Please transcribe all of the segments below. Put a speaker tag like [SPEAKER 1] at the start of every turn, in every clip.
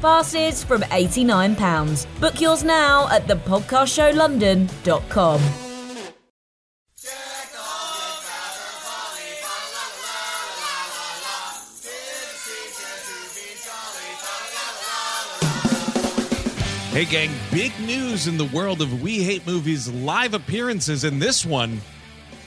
[SPEAKER 1] Passes from £89. Book yours now at thepodcastshowlondon.com.
[SPEAKER 2] Hey, gang, big news in the world of We Hate Movies live appearances. In this one,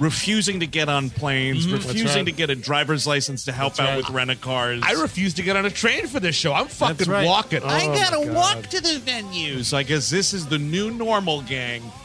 [SPEAKER 2] refusing to get on planes,
[SPEAKER 3] Mm-hmm.
[SPEAKER 2] refusing
[SPEAKER 4] right.
[SPEAKER 2] to get a driver's license to help out with rent a cars.
[SPEAKER 3] I refuse to get on a train for this show. I'm fucking
[SPEAKER 2] That's right. Oh.
[SPEAKER 3] walking.
[SPEAKER 2] I gotta
[SPEAKER 4] God.
[SPEAKER 2] walk to the venue. So I guess this is the new normal, gang.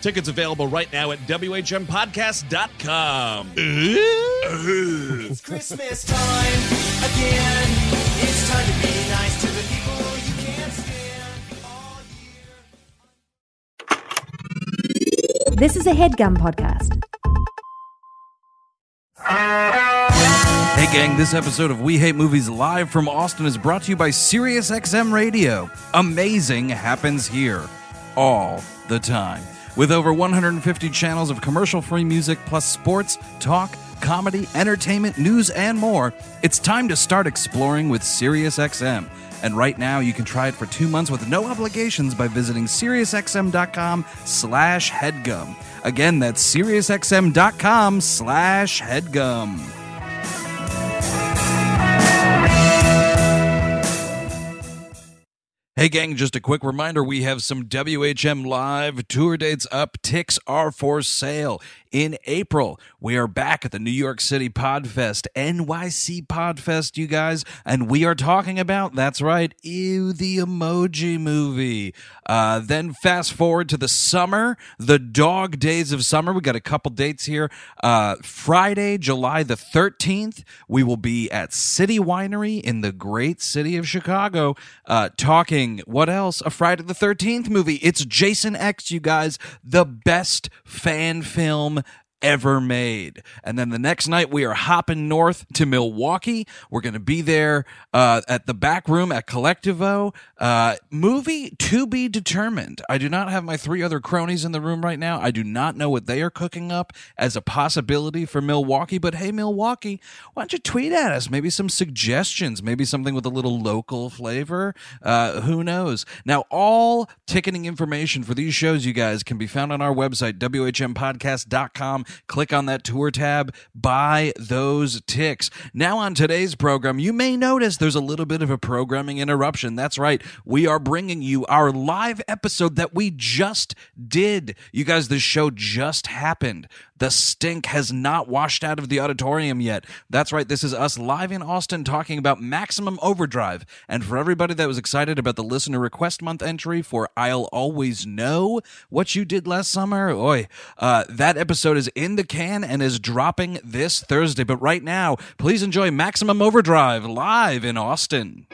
[SPEAKER 2] Tickets available right now at WHMPodcast.com.
[SPEAKER 5] It's Christmas time again. It's time to be nice to the people you can't stand all year.
[SPEAKER 6] This is a headgum podcast.
[SPEAKER 7] Hey gang, this episode of We Hate Movies Live from Austin is brought to you by SiriusXM Radio. Amazing happens here all the time. With over 150 channels of commercial free music, plus sports, talk, comedy, entertainment, news, and more, it's time to start exploring with SiriusXM. And right now, you can try it for two months with no obligations by visiting SiriusXM.com slash headgum. Again, that's SiriusXM.com slash headgum. Hey, gang, just a quick reminder we have some WHM Live tour dates up. Ticks are for sale. In April, we are back at the New York City Podfest, NYC Podfest, you guys. And we are talking about, that's right, ew, the emoji movie. Uh, then fast forward to the summer, the dog days of summer. We got a couple dates here. Uh, Friday, July the 13th, we will be at City Winery in the great city of Chicago uh, talking, what else? A Friday the 13th movie. It's Jason X, you guys, the best fan film ever made. And then the next night, we are hopping north to Milwaukee. We're going to be there uh, at the back room at Collectivo. Uh, movie to be determined. I do not have my three other cronies in the room right now. I do not know what they are cooking up as a possibility for Milwaukee. But hey, Milwaukee, why don't you tweet at us? Maybe some suggestions, maybe something with a little local flavor. Uh, who knows? Now, all ticketing information for these shows, you guys, can be found on our website, whmpodcast.com. Click on that tour tab, buy those ticks. Now, on today's program, you may notice there's a little bit of a programming interruption. That's right. We are bringing you our live episode that we just did. You guys, this show just happened. The stink has not washed out of the auditorium yet. That's right. This is us live in Austin talking about Maximum Overdrive. And for everybody that was excited about the listener request month entry for I'll Always Know What You Did Last Summer, oi, uh, that episode is in the can and is dropping this Thursday. But right now, please enjoy Maximum Overdrive live in Austin.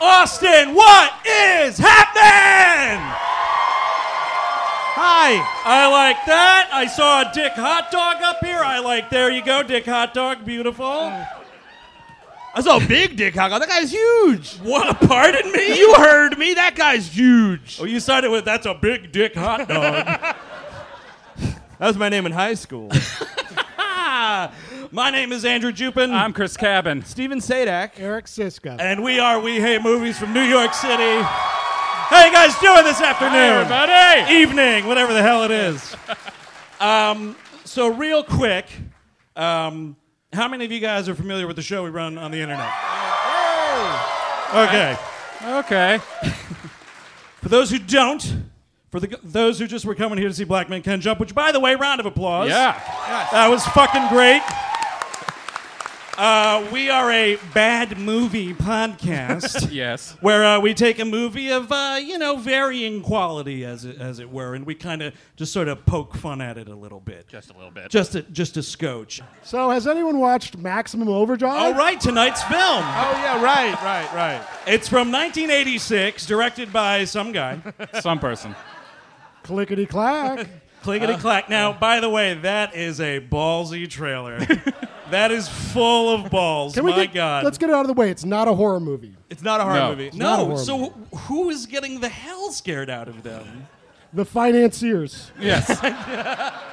[SPEAKER 8] Houston, what is happening? Hi, I like that. I saw a Dick Hot Dog up here. I like, there you go, Dick Hot Dog, beautiful.
[SPEAKER 3] I saw a big dick hog. That guy's huge.
[SPEAKER 8] What? Pardon me?
[SPEAKER 3] You heard me. That guy's huge.
[SPEAKER 8] Oh, you started with that's a big dick hot dog. that was my name in high school. my name is Andrew Jupin.
[SPEAKER 9] I'm Chris Cabin.
[SPEAKER 3] Steven Sadak.
[SPEAKER 4] Eric Siska.
[SPEAKER 8] and we are We Hate Movies from New York City. How you guys doing this afternoon?
[SPEAKER 9] everybody.
[SPEAKER 8] Evening, whatever the hell it is. um, so, real quick, um, how many of you guys are familiar with the show we run on the internet? Okay.
[SPEAKER 9] Okay.
[SPEAKER 8] For those who don't, for the, those who just were coming here to see Black Men Can Jump, which, by the way, round of applause.
[SPEAKER 9] Yeah.
[SPEAKER 8] That was fucking great. Uh, we are a bad movie podcast.
[SPEAKER 9] Yes.
[SPEAKER 8] Where uh, we take a movie of, uh, you know, varying quality, as it, as it were, and we kind of just sort of poke fun at it a little bit. Just a little bit. Just a, just a scotch.
[SPEAKER 4] So, has anyone watched Maximum
[SPEAKER 8] All
[SPEAKER 4] Overdrive?
[SPEAKER 8] right, tonight's film.
[SPEAKER 3] Oh yeah, right, right, right.
[SPEAKER 8] It's from 1986, directed by some guy.
[SPEAKER 9] Some person.
[SPEAKER 4] Clickety clack.
[SPEAKER 8] Clickety clack. Now, by the way, that is a ballsy trailer. that is full of balls.
[SPEAKER 4] Can we
[SPEAKER 8] My
[SPEAKER 4] get,
[SPEAKER 8] God.
[SPEAKER 4] Let's get it out of the way. It's not a horror movie.
[SPEAKER 3] It's not a horror
[SPEAKER 9] No.
[SPEAKER 3] movie.
[SPEAKER 4] not a
[SPEAKER 8] no,
[SPEAKER 4] horror
[SPEAKER 8] so wh- who is getting the hell scared out of them?
[SPEAKER 4] The Financiers.
[SPEAKER 9] Yes.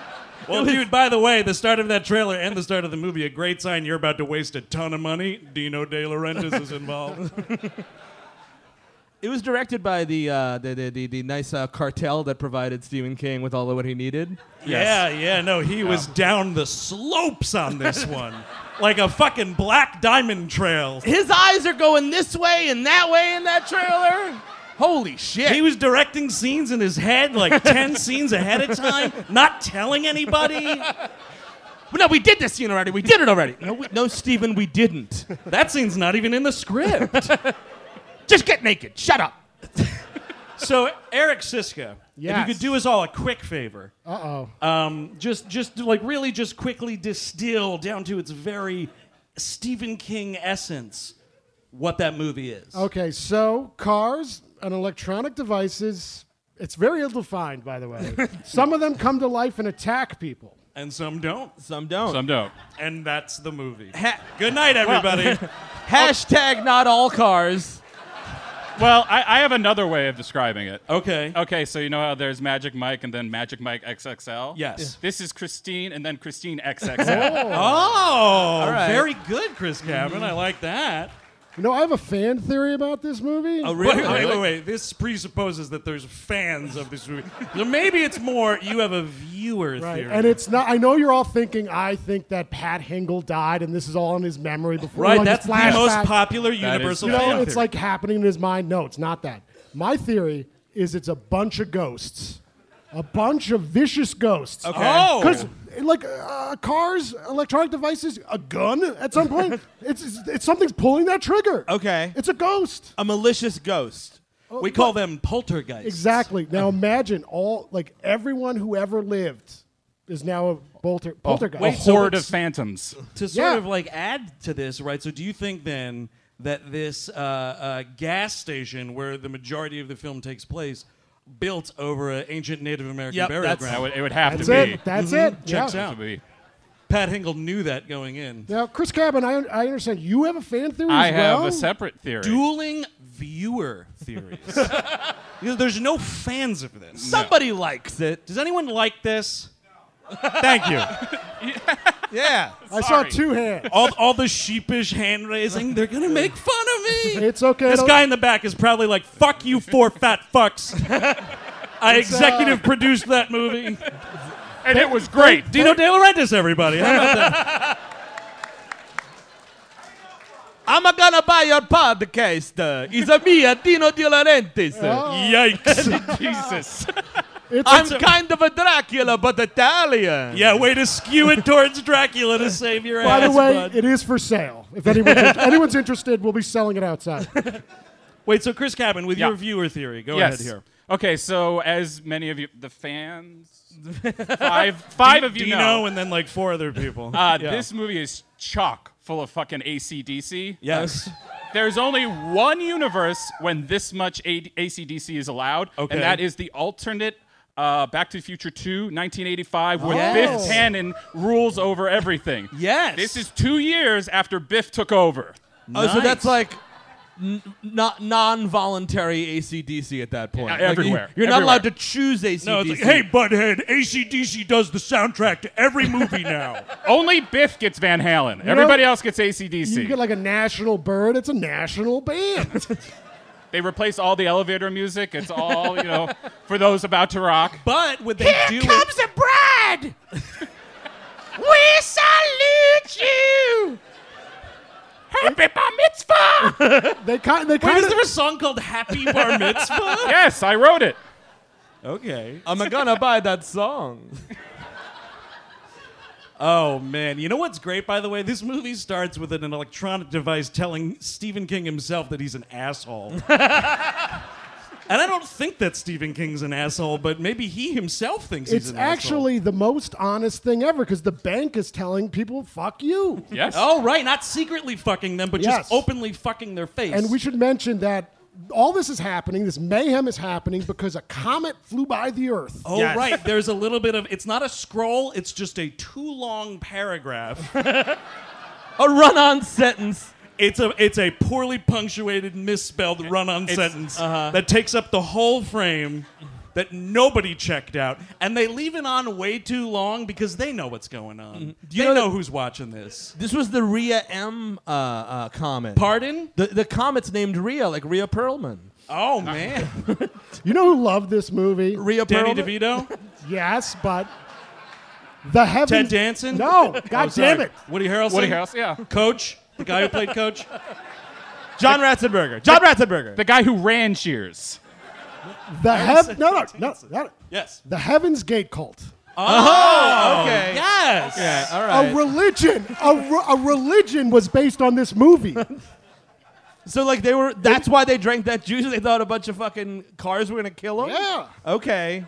[SPEAKER 8] Well, dude, by the way, the start of that trailer and the start of the movie, a great sign you're about to waste a ton of money. Dino De Laurentiis is involved.
[SPEAKER 3] It was directed by the uh, the, the, the the nice uh, cartel that provided Stephen King with all of what he needed.
[SPEAKER 8] Yeah, yeah, no, he was down the slopes on this one. like a fucking black diamond trail.
[SPEAKER 3] His eyes are going this way and that way in that trailer. Holy shit!
[SPEAKER 8] He was directing scenes in his head, like 10 scenes ahead of time, not telling anybody.
[SPEAKER 3] no, we did this scene already. We did it already. No, we, no, Stephen, we didn't.
[SPEAKER 8] That scene's not even in the script.
[SPEAKER 3] Just get naked. Shut up.
[SPEAKER 8] so, Eric Siska,
[SPEAKER 4] Yes.
[SPEAKER 8] if you could do us all a quick favor.
[SPEAKER 4] Uh oh.
[SPEAKER 8] um, just just like really just quickly distill down to its very Stephen King essence what that movie is.
[SPEAKER 4] Okay, so cars and electronic devices. It's very ill defined, by the way. Some of them come to life and attack people.
[SPEAKER 8] And some don't.
[SPEAKER 3] Some don't.
[SPEAKER 9] Some don't.
[SPEAKER 8] And that's the movie. Good night, everybody.
[SPEAKER 3] Hashtag not all cars.
[SPEAKER 9] Well, I, I have another way of describing it.
[SPEAKER 8] okay.
[SPEAKER 9] Okay, so you know how there's Magic Mike and then Magic Mike XXL?
[SPEAKER 8] Yes.
[SPEAKER 9] This is Christine and then Christine XXL.
[SPEAKER 8] Oh,
[SPEAKER 3] right.
[SPEAKER 8] very good, Chris Cabin. I like that.
[SPEAKER 4] You know, I have a fan theory about this movie.
[SPEAKER 8] Wait, wait, wait, wait. This presupposes that there's fans of this movie. So maybe it's more you have a viewer
[SPEAKER 4] Right.
[SPEAKER 8] theory.
[SPEAKER 4] And it's not. I know you're all thinking. I think that Pat Hingle died, and this is all in his memory before.
[SPEAKER 8] right,
[SPEAKER 4] like,
[SPEAKER 8] that's the
[SPEAKER 4] flashback.
[SPEAKER 8] most popular universal
[SPEAKER 9] universal
[SPEAKER 4] You know,
[SPEAKER 9] fan
[SPEAKER 4] it's like happening in his mind. No, it's not that. My theory is it's a bunch of ghosts, a bunch of vicious ghosts. Okay.
[SPEAKER 8] Oh.
[SPEAKER 4] Because like uh, cars, electronic devices, a gun at some point, it's, it's it's something's pulling that trigger.
[SPEAKER 3] Okay.
[SPEAKER 4] It's a ghost.
[SPEAKER 3] A malicious ghost.
[SPEAKER 8] we call them poltergeists.
[SPEAKER 4] Exactly. Now imagine all like everyone who ever lived is now a bolter, poltergeist.
[SPEAKER 9] a
[SPEAKER 8] wait, so
[SPEAKER 9] horde of
[SPEAKER 8] it's-
[SPEAKER 9] phantoms.
[SPEAKER 8] to sort
[SPEAKER 4] Yeah.
[SPEAKER 8] of like add to this, right? So, do you think then that this uh, uh, gas station where the majority of the film takes place, built over an ancient Native American
[SPEAKER 3] Yep,
[SPEAKER 8] burial
[SPEAKER 3] that's-
[SPEAKER 8] ground?
[SPEAKER 9] That would, it would have
[SPEAKER 4] That's
[SPEAKER 9] to be.
[SPEAKER 4] it. That's it.
[SPEAKER 8] Checks
[SPEAKER 4] yeah.
[SPEAKER 8] out.
[SPEAKER 9] To be.
[SPEAKER 8] Pat Hingle knew that going in.
[SPEAKER 4] Now, Chris Cabin, I, I understand you have a fan theory
[SPEAKER 9] I
[SPEAKER 4] as
[SPEAKER 9] have
[SPEAKER 4] well.
[SPEAKER 9] a separate theory.
[SPEAKER 8] Dueling viewer theories. You know, there's no fans of this.
[SPEAKER 3] Somebody likes it.
[SPEAKER 8] Does anyone like this? Thank you.
[SPEAKER 3] Yeah.
[SPEAKER 4] I saw two hands.
[SPEAKER 9] Oh.
[SPEAKER 8] All, all the sheepish hand raising, they're going to make fun of me.
[SPEAKER 4] It's okay.
[SPEAKER 8] This
[SPEAKER 4] It'll-
[SPEAKER 8] guy in the back is probably like, fuck you four fat fucks. I executive produced that movie.
[SPEAKER 9] and uh, it was great.
[SPEAKER 8] Dino De Laurentiis, everybody. How about that?
[SPEAKER 3] I'm gonna buy your podcast. Uh, it's a me, a Dino De Laurentiis.
[SPEAKER 8] Yikes.
[SPEAKER 9] Jesus.
[SPEAKER 4] It's,
[SPEAKER 3] I'm
[SPEAKER 4] it's,
[SPEAKER 3] kind of a Dracula, but Italian.
[SPEAKER 8] Yeah, way to skew it towards Dracula to save your
[SPEAKER 4] by
[SPEAKER 8] ass.
[SPEAKER 4] the way,
[SPEAKER 8] bud.
[SPEAKER 4] it is for sale. If anyone's, anyone's interested, we'll be selling it outside.
[SPEAKER 8] Wait, so Chris Cabin, with
[SPEAKER 9] Yeah.
[SPEAKER 8] your viewer theory, go
[SPEAKER 9] yes.
[SPEAKER 8] ahead here.
[SPEAKER 9] Okay, so as many of you, the fans, five, five of you
[SPEAKER 8] Dino
[SPEAKER 9] know,
[SPEAKER 8] and then like four other people.
[SPEAKER 9] uh, this movie is chock full of fucking ACDC.
[SPEAKER 8] yes.
[SPEAKER 9] There's only one universe when this much A- ACDC is allowed,
[SPEAKER 3] Okay.
[SPEAKER 9] and that is the alternate uh, Back to the Future 2, 1985, when
[SPEAKER 8] Oh. Yes.
[SPEAKER 9] Biff Tannen rules over everything.
[SPEAKER 8] Yes.
[SPEAKER 9] This is two years after Biff took over.
[SPEAKER 3] Oh, so that's
[SPEAKER 8] Nice.
[SPEAKER 3] like n- not non-voluntary ACDC at that point.
[SPEAKER 9] Yeah,
[SPEAKER 3] Like,
[SPEAKER 9] everywhere,
[SPEAKER 3] you, are not
[SPEAKER 9] everywhere.
[SPEAKER 3] allowed to choose ACDC.
[SPEAKER 10] No, it's like, hey, butthead, ACDC does the soundtrack to every movie now.
[SPEAKER 9] Only Biff gets Van Halen. Everybody else gets ACDC.
[SPEAKER 4] You get like a national bird. It's a national band.
[SPEAKER 9] they replace all the elevator music. It's all, you know, for those about to rock.
[SPEAKER 3] but would they do it?
[SPEAKER 9] the bride! we salute you! Happy bar mitzvah!
[SPEAKER 4] they kind. They
[SPEAKER 8] Wait,
[SPEAKER 4] kind
[SPEAKER 8] is
[SPEAKER 4] of.
[SPEAKER 8] there a song called Happy Bar Mitzvah?
[SPEAKER 9] yes, I wrote it.
[SPEAKER 8] okay.
[SPEAKER 3] I'm gonna buy that song.
[SPEAKER 8] Oh man, you know what's great by the way? This movie starts with an electronic device telling Stephen King himself that he's an asshole. and I don't think that Stephen King's an asshole, but maybe he himself thinks
[SPEAKER 4] It's
[SPEAKER 8] he's an asshole.
[SPEAKER 4] actually the most honest thing ever because the bank is telling people, "Fuck you."
[SPEAKER 9] Yes.
[SPEAKER 8] Oh right, not secretly fucking them, but
[SPEAKER 4] Yes.
[SPEAKER 8] just openly fucking their face.
[SPEAKER 4] And we should mention that all this is happening. This mayhem is happening because a comet flew by the Earth.
[SPEAKER 8] Oh right, there's a little bit of it's not a scroll, it's just a too long paragraph.
[SPEAKER 3] A run-on sentence.
[SPEAKER 8] It's a it's a poorly punctuated, misspelled run-on sentence
[SPEAKER 3] uh-huh.
[SPEAKER 8] that takes up the whole frame that nobody checked out, and they leave it on way too long because they know what's going on.
[SPEAKER 3] Mm-hmm. you
[SPEAKER 8] they
[SPEAKER 3] know
[SPEAKER 8] know,
[SPEAKER 3] that-
[SPEAKER 8] who's watching this.
[SPEAKER 3] This was the Rhea M uh, uh, comet.
[SPEAKER 8] Pardon?
[SPEAKER 3] the the comet's named Rhea, like Rhea Perlman.
[SPEAKER 8] Oh man,
[SPEAKER 4] You know who loved this movie?
[SPEAKER 3] Rhea
[SPEAKER 8] Danny
[SPEAKER 3] Perlman.
[SPEAKER 8] DeVito,
[SPEAKER 4] Yes, but the heaven.
[SPEAKER 8] Ted Danson.
[SPEAKER 4] No, god
[SPEAKER 8] Oh, sorry.
[SPEAKER 4] damn it.
[SPEAKER 8] Woody Harrelson.
[SPEAKER 9] Woody Harrelson, yeah.
[SPEAKER 8] Coach, the guy who played Coach.
[SPEAKER 3] John Ratzenberger. John Ratzenberger.
[SPEAKER 9] The guy who ran Cheers.
[SPEAKER 4] The heaven. No, no, no, no.
[SPEAKER 8] Yes.
[SPEAKER 4] The Heaven's Gate cult.
[SPEAKER 3] Okay.
[SPEAKER 8] Yes.
[SPEAKER 3] Yeah, all
[SPEAKER 4] A
[SPEAKER 3] right.
[SPEAKER 4] religion. A, re- a religion was based on this movie.
[SPEAKER 3] so like they were. That's why they drank that juice. They thought a bunch of fucking cars were gonna kill them.
[SPEAKER 4] Yeah.
[SPEAKER 3] Okay.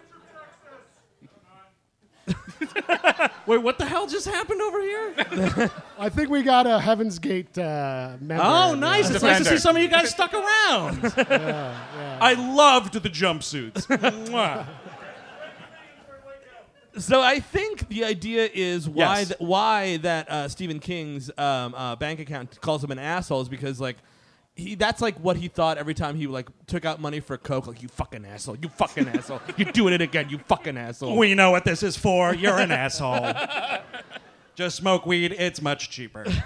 [SPEAKER 8] Wait, what the hell just happened over here?
[SPEAKER 4] I think we got a Heaven's Gate uh, member.
[SPEAKER 8] Oh, nice. It's nice to
[SPEAKER 9] Defender.
[SPEAKER 8] see some of you guys stuck around. I loved the jumpsuits. Mwah.
[SPEAKER 3] So I think the idea is why
[SPEAKER 8] Yes.
[SPEAKER 3] th- why that uh, Stephen King's um, uh, bank account calls him an asshole is because like he that's like what he thought every time he like took out money for coke like you fucking asshole you fucking asshole you're doing it again you fucking asshole.
[SPEAKER 8] we know what this is for. You're an asshole. Just smoke weed, it's much cheaper.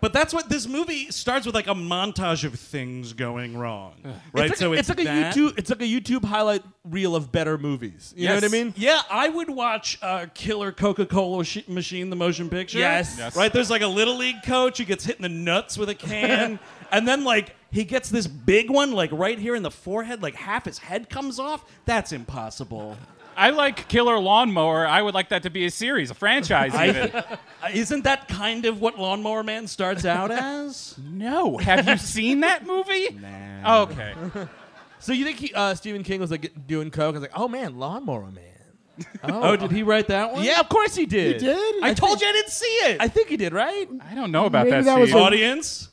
[SPEAKER 8] but that's what this movie starts with like a montage of things going wrong. Right?
[SPEAKER 3] It's like, it's like a
[SPEAKER 8] that.
[SPEAKER 3] YouTube it's like a YouTube highlight reel of better movies. You know what I mean?
[SPEAKER 8] Yeah, I would watch uh, Killer Coca Cola sh- Machine, the motion picture.
[SPEAKER 3] Yes. Yes.
[SPEAKER 8] Right? There's like a little league coach who gets hit in the nuts with a can. and then, like, he gets this big one, like, right here in the forehead. Like, half his head comes off. That's impossible.
[SPEAKER 9] I like Killer Lawnmower. I would like that to be a series, a franchise even.
[SPEAKER 8] Isn't that kind of what Lawnmower Man starts out as?
[SPEAKER 9] no. Have you seen that movie? Nah. Okay.
[SPEAKER 3] So you think he, uh, Stephen King was like doing coke? I was like, oh man, Lawnmower Man.
[SPEAKER 8] Oh, did he write that one?
[SPEAKER 3] Yeah, of course he did.
[SPEAKER 4] He did?
[SPEAKER 8] I told you I didn't see it.
[SPEAKER 3] I think he did, right?
[SPEAKER 9] I don't know about
[SPEAKER 4] Maybe
[SPEAKER 9] that,
[SPEAKER 4] that
[SPEAKER 9] scene.
[SPEAKER 4] was a-
[SPEAKER 8] Audience?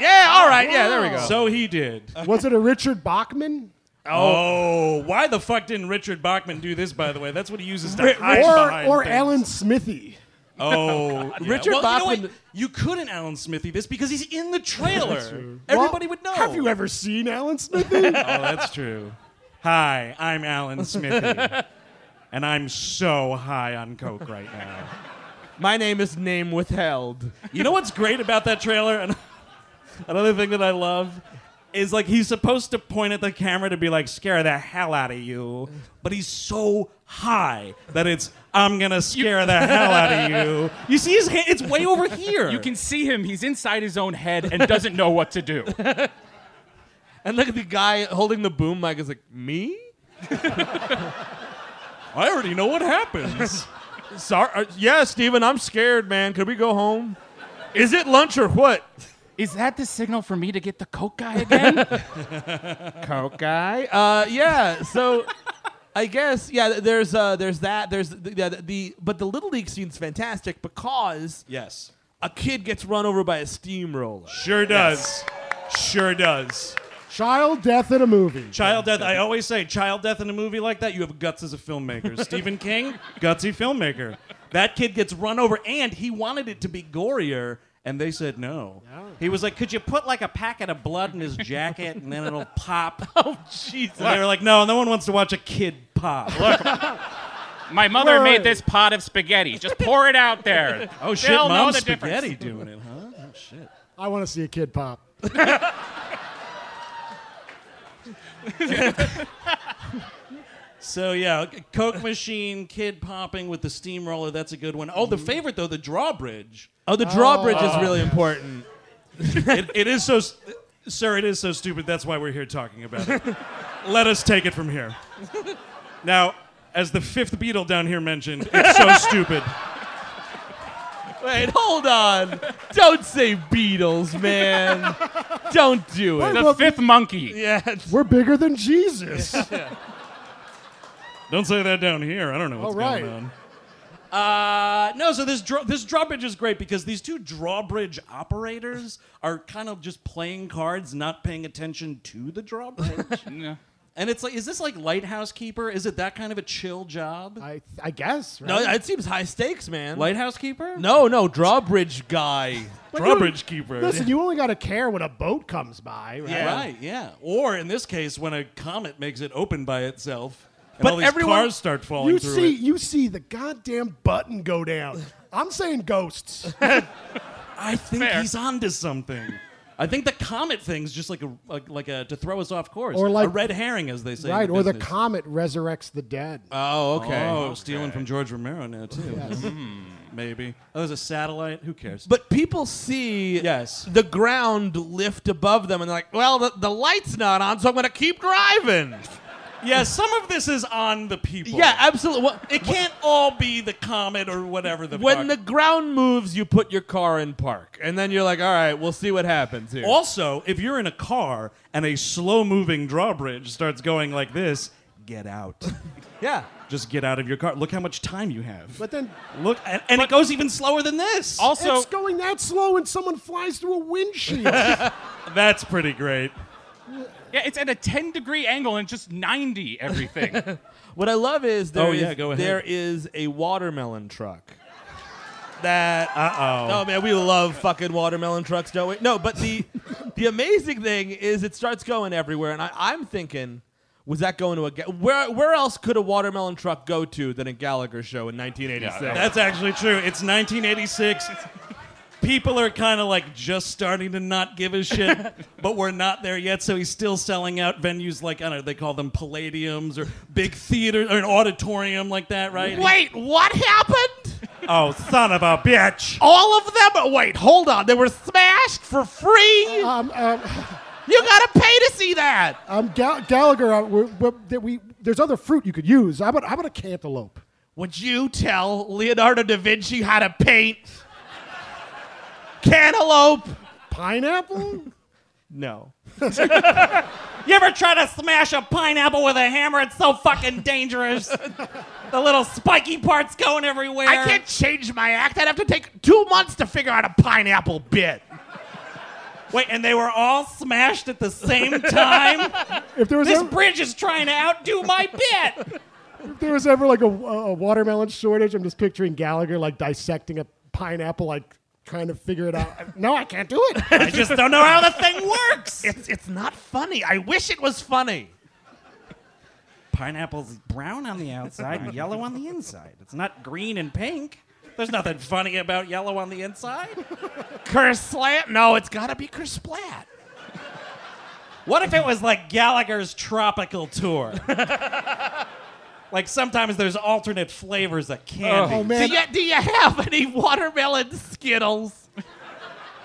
[SPEAKER 3] Yeah. All right. Yeah. There we go.
[SPEAKER 8] So he did.
[SPEAKER 4] Was it a Richard Bachman?
[SPEAKER 8] Oh, why the fuck didn't Richard Bachman do this, by the way? That's what he uses to hide
[SPEAKER 4] Or,
[SPEAKER 8] behind
[SPEAKER 4] or
[SPEAKER 8] things.
[SPEAKER 4] Alan Smithy?
[SPEAKER 8] Oh,
[SPEAKER 3] Richard
[SPEAKER 8] well, You, know
[SPEAKER 3] Bachman-
[SPEAKER 8] what? you couldn't Alan Smithy this because he's in the trailer.
[SPEAKER 4] Well,
[SPEAKER 8] Everybody would know.
[SPEAKER 4] Have you ever seen Alan Smithy?
[SPEAKER 8] Oh, that's true. Hi, I'm Alan Smithy, and I'm so high on coke right now.
[SPEAKER 3] My name is name withheld.
[SPEAKER 8] You know what's great about that trailer? And another thing that I love is like he's supposed to point at the camera to be like scare the hell out of you, but he's so high that it's I'm gonna scare the hell out of you. You see his hand? It's way over here.
[SPEAKER 9] You can see him. He's inside his own head and doesn't know what to do.
[SPEAKER 3] And look at the guy holding the boom mic. Is like me.
[SPEAKER 8] I already know what happens.
[SPEAKER 3] Sorry. Uh, yeah, Steven, I'm scared, man. Could we go home? Is it lunch or what?
[SPEAKER 9] Is that the signal for me to get the coke guy again?
[SPEAKER 3] Coke guy. Uh, yeah. So. I guess yeah. th- There's uh, there's that. There's the, yeah, the but the little league scene's fantastic because
[SPEAKER 8] yes.
[SPEAKER 3] a kid gets run over by a steamroller.
[SPEAKER 8] Sure does. Sure does.
[SPEAKER 4] Child death in a movie.
[SPEAKER 8] Child death. I always say child death in a movie like that. You have guts as a filmmaker. Stephen King, gutsy filmmaker. That kid gets run over, and he wanted it to be gorier, and they said no. He was like, "Could you put like a packet of blood in his jacket, and then it'll pop?" oh Jesus! And they were like, "No, no one wants to watch a kid pop."
[SPEAKER 9] My mother
[SPEAKER 8] Word.
[SPEAKER 9] made this pot of spaghetti. Just pour it out there.
[SPEAKER 8] oh shit,
[SPEAKER 9] They'll know
[SPEAKER 8] mom's
[SPEAKER 9] the
[SPEAKER 8] spaghetti
[SPEAKER 9] difference.
[SPEAKER 8] doing it, huh? Oh shit.
[SPEAKER 4] I want to see a kid pop.
[SPEAKER 8] So yeah, c- Coke machine, kid popping with the steamroller. That's a good one. Oh, the
[SPEAKER 9] Mm-hmm.
[SPEAKER 8] favorite though, the drawbridge.
[SPEAKER 3] Oh, the drawbridge is really important.
[SPEAKER 8] it, it is so, s- sir. It is so stupid. That's why we're here talking about it. Let us take it from here. Now, as the fifth Beatle down here mentioned, it's so stupid.
[SPEAKER 3] Wait, hold on. Don't say Beatles, man. Don't do it.
[SPEAKER 9] The fifth monkey.
[SPEAKER 3] Yeah.
[SPEAKER 4] We're bigger than Jesus.
[SPEAKER 8] Don't say that down here. I don't know what's
[SPEAKER 4] All right.
[SPEAKER 8] going on. Uh, no, so this draw this drawbridge is great because these two drawbridge operators are kind of just playing cards, not paying attention to the drawbridge.
[SPEAKER 9] Yeah.
[SPEAKER 8] and it's like, is this like lighthouse keeper? Is it that kind of a chill job?
[SPEAKER 4] I I guess. Right?
[SPEAKER 3] No, Uh, it seems high stakes, man.
[SPEAKER 8] lighthouse keeper?
[SPEAKER 3] no, no, drawbridge guy.
[SPEAKER 8] drawbridge keeper.
[SPEAKER 4] Listen, you only got to care when a boat comes by, right?
[SPEAKER 8] Yeah. Right, yeah. Or in this case, when a comet makes it open by itself, and
[SPEAKER 3] But
[SPEAKER 8] all these
[SPEAKER 3] everyone-
[SPEAKER 8] cars start falling
[SPEAKER 4] You
[SPEAKER 8] through
[SPEAKER 4] see,
[SPEAKER 8] it.
[SPEAKER 4] you see the goddamn button go down. I'm saying ghosts.
[SPEAKER 8] I think
[SPEAKER 9] Fair.
[SPEAKER 8] he's onto something. I think the comet thing's just like a like, like a to throw us off course,
[SPEAKER 4] Or like-
[SPEAKER 8] a red herring, as they say. in
[SPEAKER 4] right, or the
[SPEAKER 8] business.
[SPEAKER 4] comet resurrects the dead.
[SPEAKER 3] Oh, okay.
[SPEAKER 8] Oh, stealing from George Romero now too. Maybe. Oh, there's a satellite. Who cares?
[SPEAKER 3] But people see
[SPEAKER 8] Yes.
[SPEAKER 3] the ground lift above them and they're like, well, the, the light's not on, so I'm going to keep driving.
[SPEAKER 8] yeah, some of this is on the people.
[SPEAKER 3] yeah, absolutely. Well,
[SPEAKER 8] it can't all be the comet or whatever the.
[SPEAKER 3] when
[SPEAKER 8] fuck.
[SPEAKER 3] the ground moves, you put your car in park. And then you're like, all right, we'll see what happens here.
[SPEAKER 8] Also, if you're in a car and a slow moving drawbridge starts going like this, get out.
[SPEAKER 3] yeah.
[SPEAKER 8] Just get out of your car. Look how much time you have.
[SPEAKER 4] But then
[SPEAKER 8] Look, and, and it goes even slower than this.
[SPEAKER 9] Also,
[SPEAKER 4] it's going that slow and someone flies through a windshield.
[SPEAKER 8] That's pretty great.
[SPEAKER 9] yeah, it's at a 10 degree angle and just 90 everything.
[SPEAKER 3] What I love is there
[SPEAKER 8] Oh,
[SPEAKER 3] is-
[SPEAKER 8] yeah, go ahead.
[SPEAKER 3] there is a watermelon truck. That
[SPEAKER 8] Uh oh.
[SPEAKER 3] Oh man, we love fucking watermelon trucks, don't we? No, but the the amazing thing is it starts going everywhere, and I, I'm thinking, was that going to a ga- where where else could a watermelon truck go to than a Gallagher show in 1986?
[SPEAKER 8] That's actually true. It's 1986. People are kind of like just starting to not give a shit, but we're not there yet. So he's still selling out venues like, I don't know, they call them palladiums or big theaters or an auditorium like that, right?
[SPEAKER 3] Wait, what happened?
[SPEAKER 8] Oh, son of a bitch.
[SPEAKER 3] All of them? Wait, hold on. They were smashed for free.
[SPEAKER 4] um, um,
[SPEAKER 3] you gotta pay to see that.
[SPEAKER 4] um, Gal- Gallagher, uh, we we that we, there's other fruit you could use. How about, how about a cantaloupe?
[SPEAKER 3] Would you tell Leonardo da Vinci how to paint cantaloupe?
[SPEAKER 4] Pineapple?
[SPEAKER 3] No.
[SPEAKER 8] You ever try to smash a pineapple with a hammer? It's so fucking dangerous. the little spiky parts going everywhere.
[SPEAKER 3] I can't change my act. I'd have to take two months to figure out a pineapple bit.
[SPEAKER 8] Wait, and they were all smashed at the same time?
[SPEAKER 4] if there was
[SPEAKER 8] this
[SPEAKER 4] ever,
[SPEAKER 8] bridge is trying to outdo my bit.
[SPEAKER 4] if there was ever like a, a watermelon shortage, I'm just picturing Gallagher like dissecting a pineapple, like trying to figure it out. no, I can't do it.
[SPEAKER 8] I just don't know how the thing works.
[SPEAKER 3] It's it's not funny. I wish it was funny.
[SPEAKER 8] Pineapple's brown on the outside and yellow on the inside. It's not green and pink. There's nothing funny about yellow on the inside.
[SPEAKER 3] Kersplat? No, it's gotta be Kersplat.
[SPEAKER 8] What if it was like Gallagher's tropical tour? like sometimes there's alternate flavors of candy.
[SPEAKER 4] Oh
[SPEAKER 3] Do
[SPEAKER 4] man,
[SPEAKER 3] you, do you have any watermelon Skittles?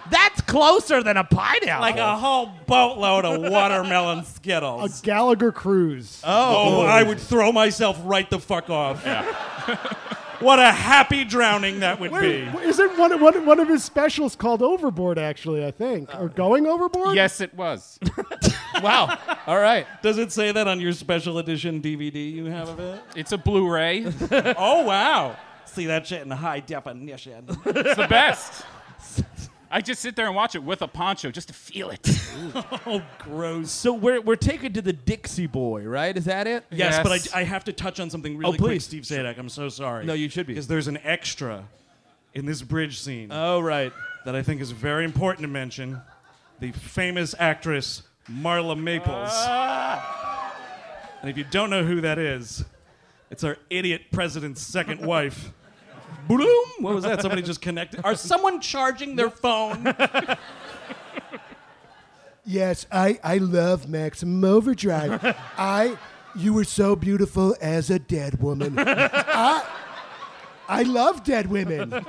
[SPEAKER 3] That's closer than a pineapple.
[SPEAKER 8] like a whole boatload of watermelon
[SPEAKER 4] a
[SPEAKER 8] Skittles.
[SPEAKER 4] Gallagher cruise.
[SPEAKER 8] Oh, I would throw myself right the fuck off. what a happy drowning that would be.
[SPEAKER 4] Isn't one, one, one of his specials called Overboard, actually, I think? Or Going Overboard?
[SPEAKER 9] yes, it was.
[SPEAKER 3] wow. All right.
[SPEAKER 8] Does it say that on your special edition DVD you have of it?
[SPEAKER 9] It's a Blu ray. It's
[SPEAKER 8] oh, wow. See that shit in high definition.
[SPEAKER 9] the best. I just sit there and watch it with a poncho just to feel it.
[SPEAKER 2] oh, gross. So we're, we're taken to the Dixie Boy, right? Is that it?
[SPEAKER 8] Yes, but I, I have to touch on something really
[SPEAKER 2] oh,
[SPEAKER 8] quick,
[SPEAKER 2] please.
[SPEAKER 8] Steve Zadek. I'm so sorry.
[SPEAKER 2] No, you should be.
[SPEAKER 8] Because there's an extra in this bridge scene.
[SPEAKER 2] Oh, right.
[SPEAKER 8] That I think is very important to mention. The famous actress Marla Maples.
[SPEAKER 2] Ah!
[SPEAKER 8] And if you don't know who that is, it's our idiot president's second wife. Bloom! What was that? Somebody just connected. Are someone charging their phone?
[SPEAKER 11] Yes, I, I love Maximum Overdrive. I, you were so beautiful as a dead woman. I, I love dead women.
[SPEAKER 8] Yep.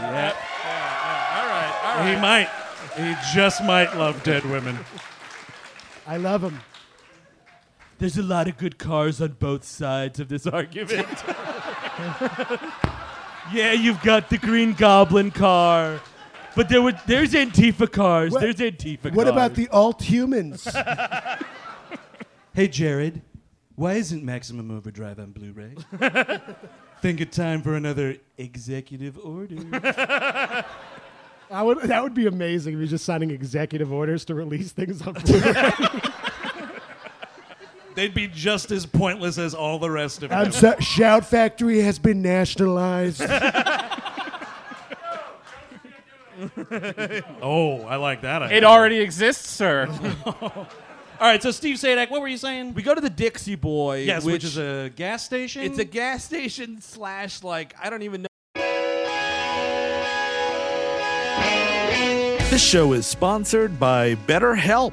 [SPEAKER 8] All right. He might. He just might love dead women.
[SPEAKER 12] I love him.
[SPEAKER 2] There's a lot of good cars on both sides of this argument. yeah, you've got the Green Goblin car, but there were there's Antifa cars.
[SPEAKER 11] What-
[SPEAKER 2] there's Antifa cars.
[SPEAKER 11] What about the alt humans?
[SPEAKER 13] Hey, Jared, why isn't Maximum Overdrive on Blu ray? Think it's time for another executive order.
[SPEAKER 12] I would, that would be amazing if he's just signing executive orders to release things on Blu-ray.
[SPEAKER 8] They'd be just as pointless as all the rest of
[SPEAKER 11] I'm
[SPEAKER 8] them.
[SPEAKER 11] so, Shout Factory has been nationalized.
[SPEAKER 8] oh, I like that. idea.
[SPEAKER 9] It already exists, sir.
[SPEAKER 8] All right, so Steve Sadak, what were you saying?
[SPEAKER 2] We go to the Dixie Boy.
[SPEAKER 8] Yes, which, is a gas station.
[SPEAKER 2] it's a gas station slash like I don't even know.
[SPEAKER 3] This show is sponsored by BetterHelp.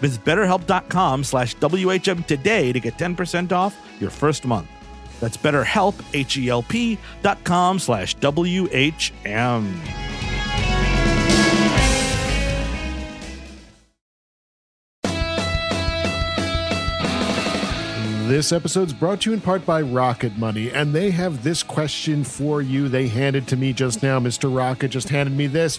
[SPEAKER 3] Visit betterhelp.com slash WHM today to get 10% off your first month. That's betterhelp, H-E-L-P dot com slash W-H-M.
[SPEAKER 4] This episode's brought to you in part by Rocket Money, and they have this question for you. They handed to me just now. Mr. Rocket just handed me this.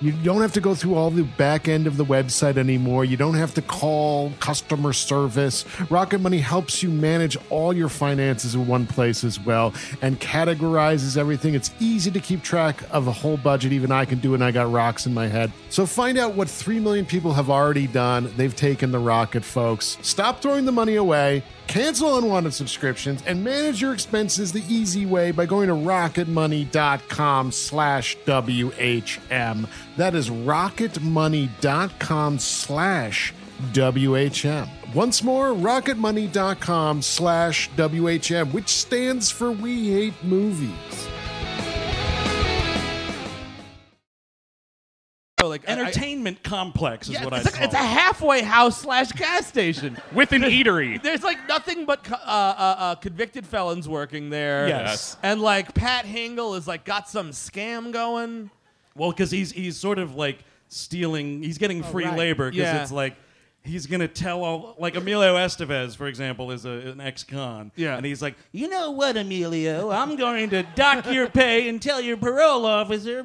[SPEAKER 4] You don't have to go through all the back end of the website anymore. You don't have to call customer service. Rocket Money helps you manage all your finances in one place as well and categorizes everything. It's easy to keep track of a whole budget. Even I can do it, and I got rocks in my head. So find out what 3 million people have already done. They've taken the rocket, folks. Stop throwing the money away, cancel unwanted subscriptions, and manage your expenses the easy way by going to rocketmoney.com slash WHM. That is rocketmoney.com slash WHM. Once more, rocketmoney.com slash WHM, which stands for We Hate Movies.
[SPEAKER 2] Oh, like
[SPEAKER 8] entertainment complex is what I
[SPEAKER 2] it's, like-
[SPEAKER 8] call
[SPEAKER 2] it's a
[SPEAKER 8] it.
[SPEAKER 2] halfway house slash gas station
[SPEAKER 9] With an eatery.
[SPEAKER 2] There's like nothing but co- uh, uh, uh, convicted felons working there.
[SPEAKER 8] Yes.
[SPEAKER 2] and like Pat Hingle is like got some scam going.
[SPEAKER 8] Well, because he's he's sort of like stealing. He's getting
[SPEAKER 3] Oh,
[SPEAKER 8] free
[SPEAKER 3] right.
[SPEAKER 8] labor because
[SPEAKER 3] Yeah.
[SPEAKER 8] it's like he's gonna tell all. Like Emilio Estevez, for example, is a, an ex-con. Yeah, and he's like, you know what, Emilio, I'm going to dock your pay and tell your parole officer.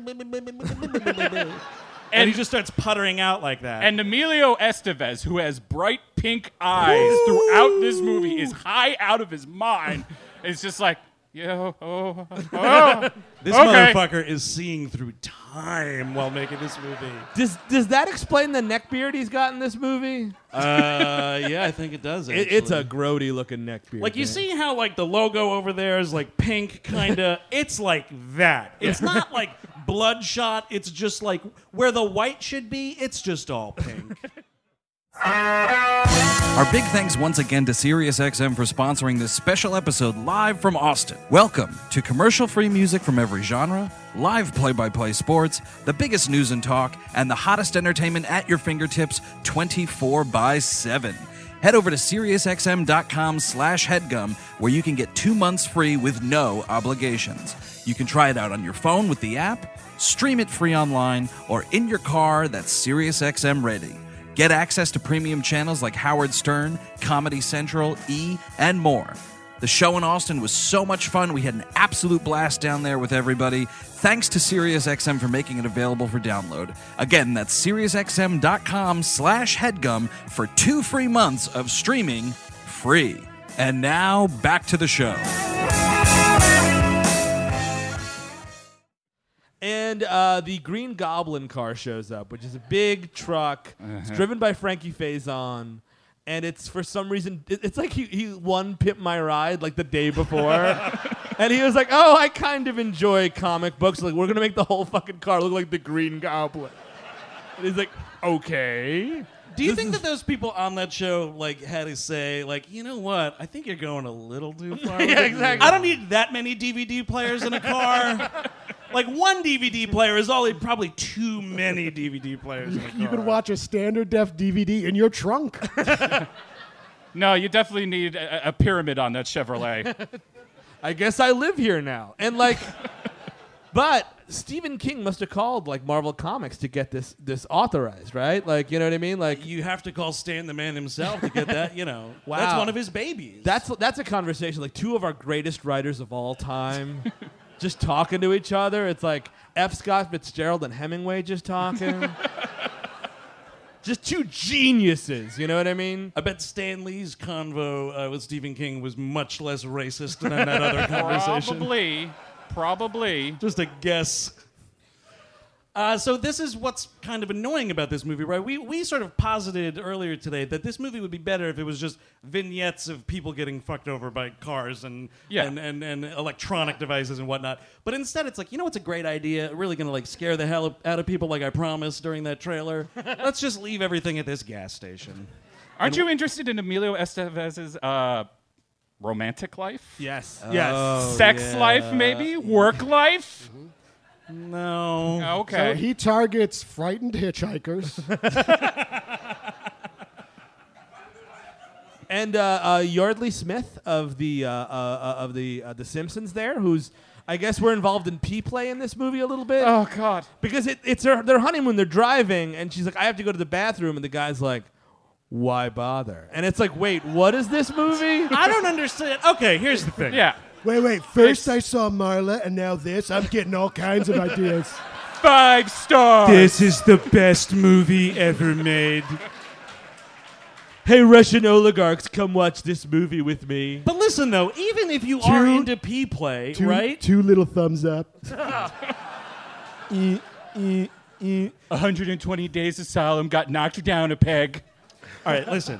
[SPEAKER 8] and, he just starts puttering out like that.
[SPEAKER 9] And Emilio Estevez, who has bright pink eyes throughout this movie, is high out of his mind. It's just like, yo, oh, oh,
[SPEAKER 8] this
[SPEAKER 9] okay.
[SPEAKER 8] motherfucker is seeing through time while making this movie.
[SPEAKER 3] Does does that explain the neck beard he's got in this movie?
[SPEAKER 8] Uh, yeah, I think it does.
[SPEAKER 3] It- it's
[SPEAKER 8] actually.
[SPEAKER 3] a grody looking neck beard.
[SPEAKER 8] Like you
[SPEAKER 3] man.
[SPEAKER 8] see how like the logo over there is like pink, kinda. it's like that. It's not like bloodshot. It's just like where the white should be. It's just all pink.
[SPEAKER 7] Our big thanks once again to SiriusXM for sponsoring this special episode live from Austin. Welcome to commercial free music from every genre, live play by play sports, the biggest news and talk, and the hottest entertainment at your fingertips 24 by 7. Head over to SiriusXM.com slash headgum where you can get two months free with no obligations. You can try it out on your phone with the app, stream it free online, or in your car that's SiriusXM ready. Get access to premium channels like Howard Stern, Comedy Central, E, and more. The show in Austin was so much fun. We had an absolute blast down there with everybody. Thanks to SiriusXM for making it available for download. Again, that's SiriusXM.com slash headgum for two free months of streaming free. And now back to the show.
[SPEAKER 3] And uh, the Green Goblin car shows up, which is a big truck. It's
[SPEAKER 8] Uh-huh.
[SPEAKER 3] driven by Frankie Faison. And it's for some reason, it- it's like he, he won Pimp My Ride like the day before. and he was like, oh, I kind of enjoy comic books. Like, we're going to make the whole fucking car look like the Green Goblin. And he's like, okay.
[SPEAKER 8] Do you think that those people on that show like had to say like, you know what? I think you're going a little too far. with
[SPEAKER 3] Yeah,
[SPEAKER 8] it.
[SPEAKER 3] exactly.
[SPEAKER 8] I don't need that many DVD players in a car. like one DVD player is all probably too many DVD players in a car.
[SPEAKER 4] You could watch a standard def DVD in your trunk.
[SPEAKER 9] No, you definitely need a, a pyramid on that Chevrolet.
[SPEAKER 3] I guess I live here now. And like, but Stephen King must have called like Marvel Comics to get this this authorized, right? Like, you know what I mean? Like,
[SPEAKER 8] you have to call Stan the man himself to get that. You know, that's
[SPEAKER 3] Wow.
[SPEAKER 8] one of his babies.
[SPEAKER 3] That's that's a conversation. Like two of our greatest writers of all time, just talking to each other. It's like F. Scott Fitzgerald and Hemingway just talking. just two geniuses. You know what I mean?
[SPEAKER 8] I bet Stan Lee's convo uh, with Stephen King was much less racist than that other conversation.
[SPEAKER 9] Probably, probably.
[SPEAKER 8] Just a guess. Uh, so this is what's kind of annoying about this movie, right? We we sort of posited earlier today that this movie would be better if it was just vignettes of people getting fucked over by cars and
[SPEAKER 9] Yeah.
[SPEAKER 8] and, and and electronic devices and whatnot. But instead, it's like you know what's a great idea? Really gonna like scare the hell out of people, like I promised during that trailer. Let's just leave everything at this gas station.
[SPEAKER 9] Aren't you interested in Emilio Estevez's uh, romantic life?
[SPEAKER 3] Yes.
[SPEAKER 8] Yes. Oh,
[SPEAKER 9] Sex
[SPEAKER 8] yeah.
[SPEAKER 9] life, maybe? Work life?
[SPEAKER 8] No.
[SPEAKER 9] Okay.
[SPEAKER 4] So he targets frightened hitchhikers.
[SPEAKER 3] and uh, uh, Yardley Smith of the uh, uh, of the uh, the Simpsons there, who's I guess we're involved in pee play in this movie a little bit.
[SPEAKER 9] Oh, God!
[SPEAKER 3] Because it, it's her, their honeymoon. They're driving, and she's like, "I have to go to the bathroom," and the guy's like, "Why bother?" And it's like, "Wait, what is this movie?"
[SPEAKER 8] I don't understand. Okay, here's the thing.
[SPEAKER 9] Yeah.
[SPEAKER 14] Wait, wait. First I saw Marla, and now this. I'm getting all kinds of ideas.
[SPEAKER 9] Five stars.
[SPEAKER 10] This is the best movie ever made.
[SPEAKER 3] Hey, Russian oligarchs, come watch this movie with me.
[SPEAKER 8] But listen though, even if you are into pee play,
[SPEAKER 14] Two,
[SPEAKER 8] right?
[SPEAKER 14] Two little thumbs up.
[SPEAKER 9] 120 Days Asylum got knocked down a peg.
[SPEAKER 8] All right, listen.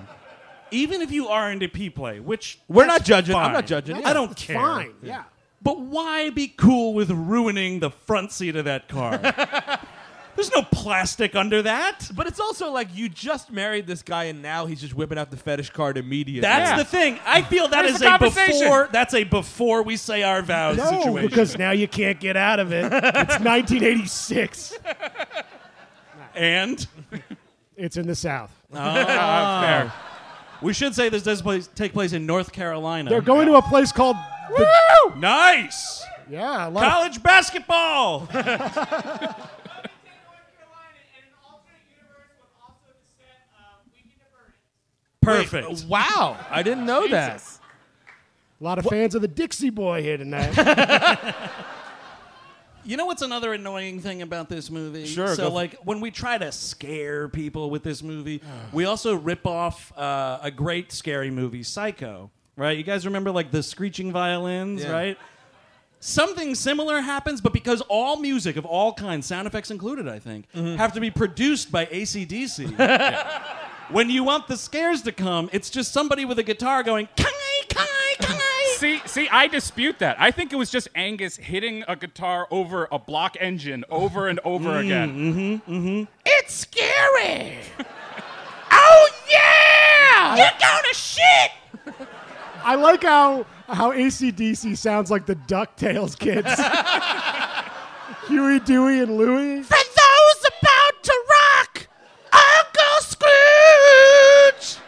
[SPEAKER 8] Even if you are into pee play, which
[SPEAKER 3] We're
[SPEAKER 8] that's
[SPEAKER 3] not judging. I'm
[SPEAKER 8] fine.
[SPEAKER 3] not judging.
[SPEAKER 8] I don't care.
[SPEAKER 4] Fine. Yeah.
[SPEAKER 8] But why be cool with ruining the front seat of that car? There's no plastic under that.
[SPEAKER 3] But it's also like you just married this guy, and now he's just whipping out the fetish card immediately.
[SPEAKER 8] That's the thing. I feel that
[SPEAKER 3] Where's
[SPEAKER 8] is
[SPEAKER 3] the
[SPEAKER 8] a
[SPEAKER 3] compensation?
[SPEAKER 8] before. That's a before we say our vows
[SPEAKER 4] no,
[SPEAKER 8] situation.
[SPEAKER 4] Oh, because now you can't get out of it. It's 1986.
[SPEAKER 8] and
[SPEAKER 4] It's in the South.
[SPEAKER 8] Ah, fair. We should say this does place, take place in North Carolina.
[SPEAKER 4] They're going to a place called. The,
[SPEAKER 8] nice
[SPEAKER 4] yeah, a lot of-
[SPEAKER 8] college basketball. Perfect.
[SPEAKER 3] wow. I didn't know that.
[SPEAKER 4] A lot of fans of the Dixie Boy here tonight.
[SPEAKER 8] You know what's another annoying thing about this movie?
[SPEAKER 4] Sure, go
[SPEAKER 8] So,
[SPEAKER 4] f-
[SPEAKER 8] like, when we try to scare people with this movie, we also rip off uh, a great scary movie, Psycho. Right? You guys remember, like, the screeching violins,
[SPEAKER 3] Yeah.
[SPEAKER 8] right? Something similar happens, but because all music of all kinds, sound effects included, I think,
[SPEAKER 4] Mm-hmm.
[SPEAKER 8] have to be produced by ACDC. When you want the scares to come, it's just somebody with a guitar going,
[SPEAKER 9] See, see, I dispute that. I think it was just Angus hitting a guitar over a block engine over and over
[SPEAKER 8] Mm,
[SPEAKER 9] again. Mm-hmm, mm-hmm.
[SPEAKER 5] It's scary. oh yeah! You're gonna shit.
[SPEAKER 4] I like how how ACDC sounds like the DuckTales kids. Huey, Dewey, and Louie.
[SPEAKER 5] For those about to rock, Uncle Scrooge.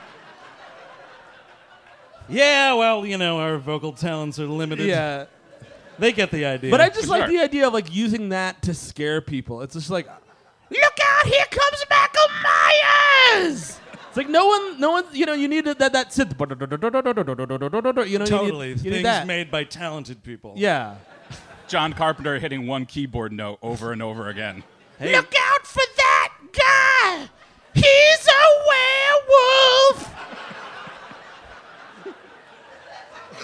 [SPEAKER 8] Yeah, well, you know, our vocal talents are limited.
[SPEAKER 3] Yeah.
[SPEAKER 8] They get the idea.
[SPEAKER 3] But I just like the idea of like using that to scare people. It's just like
[SPEAKER 5] Look out! Here comes Michael Myers.
[SPEAKER 3] it's like no one, no one. You know, you need that that, that synth. You know,
[SPEAKER 8] totally
[SPEAKER 3] You need, you need
[SPEAKER 8] things
[SPEAKER 3] that.
[SPEAKER 8] made by talented people.
[SPEAKER 3] Yeah.
[SPEAKER 9] John Carpenter hitting one keyboard note over and over again.
[SPEAKER 5] Look out for that guy. He's a werewolf.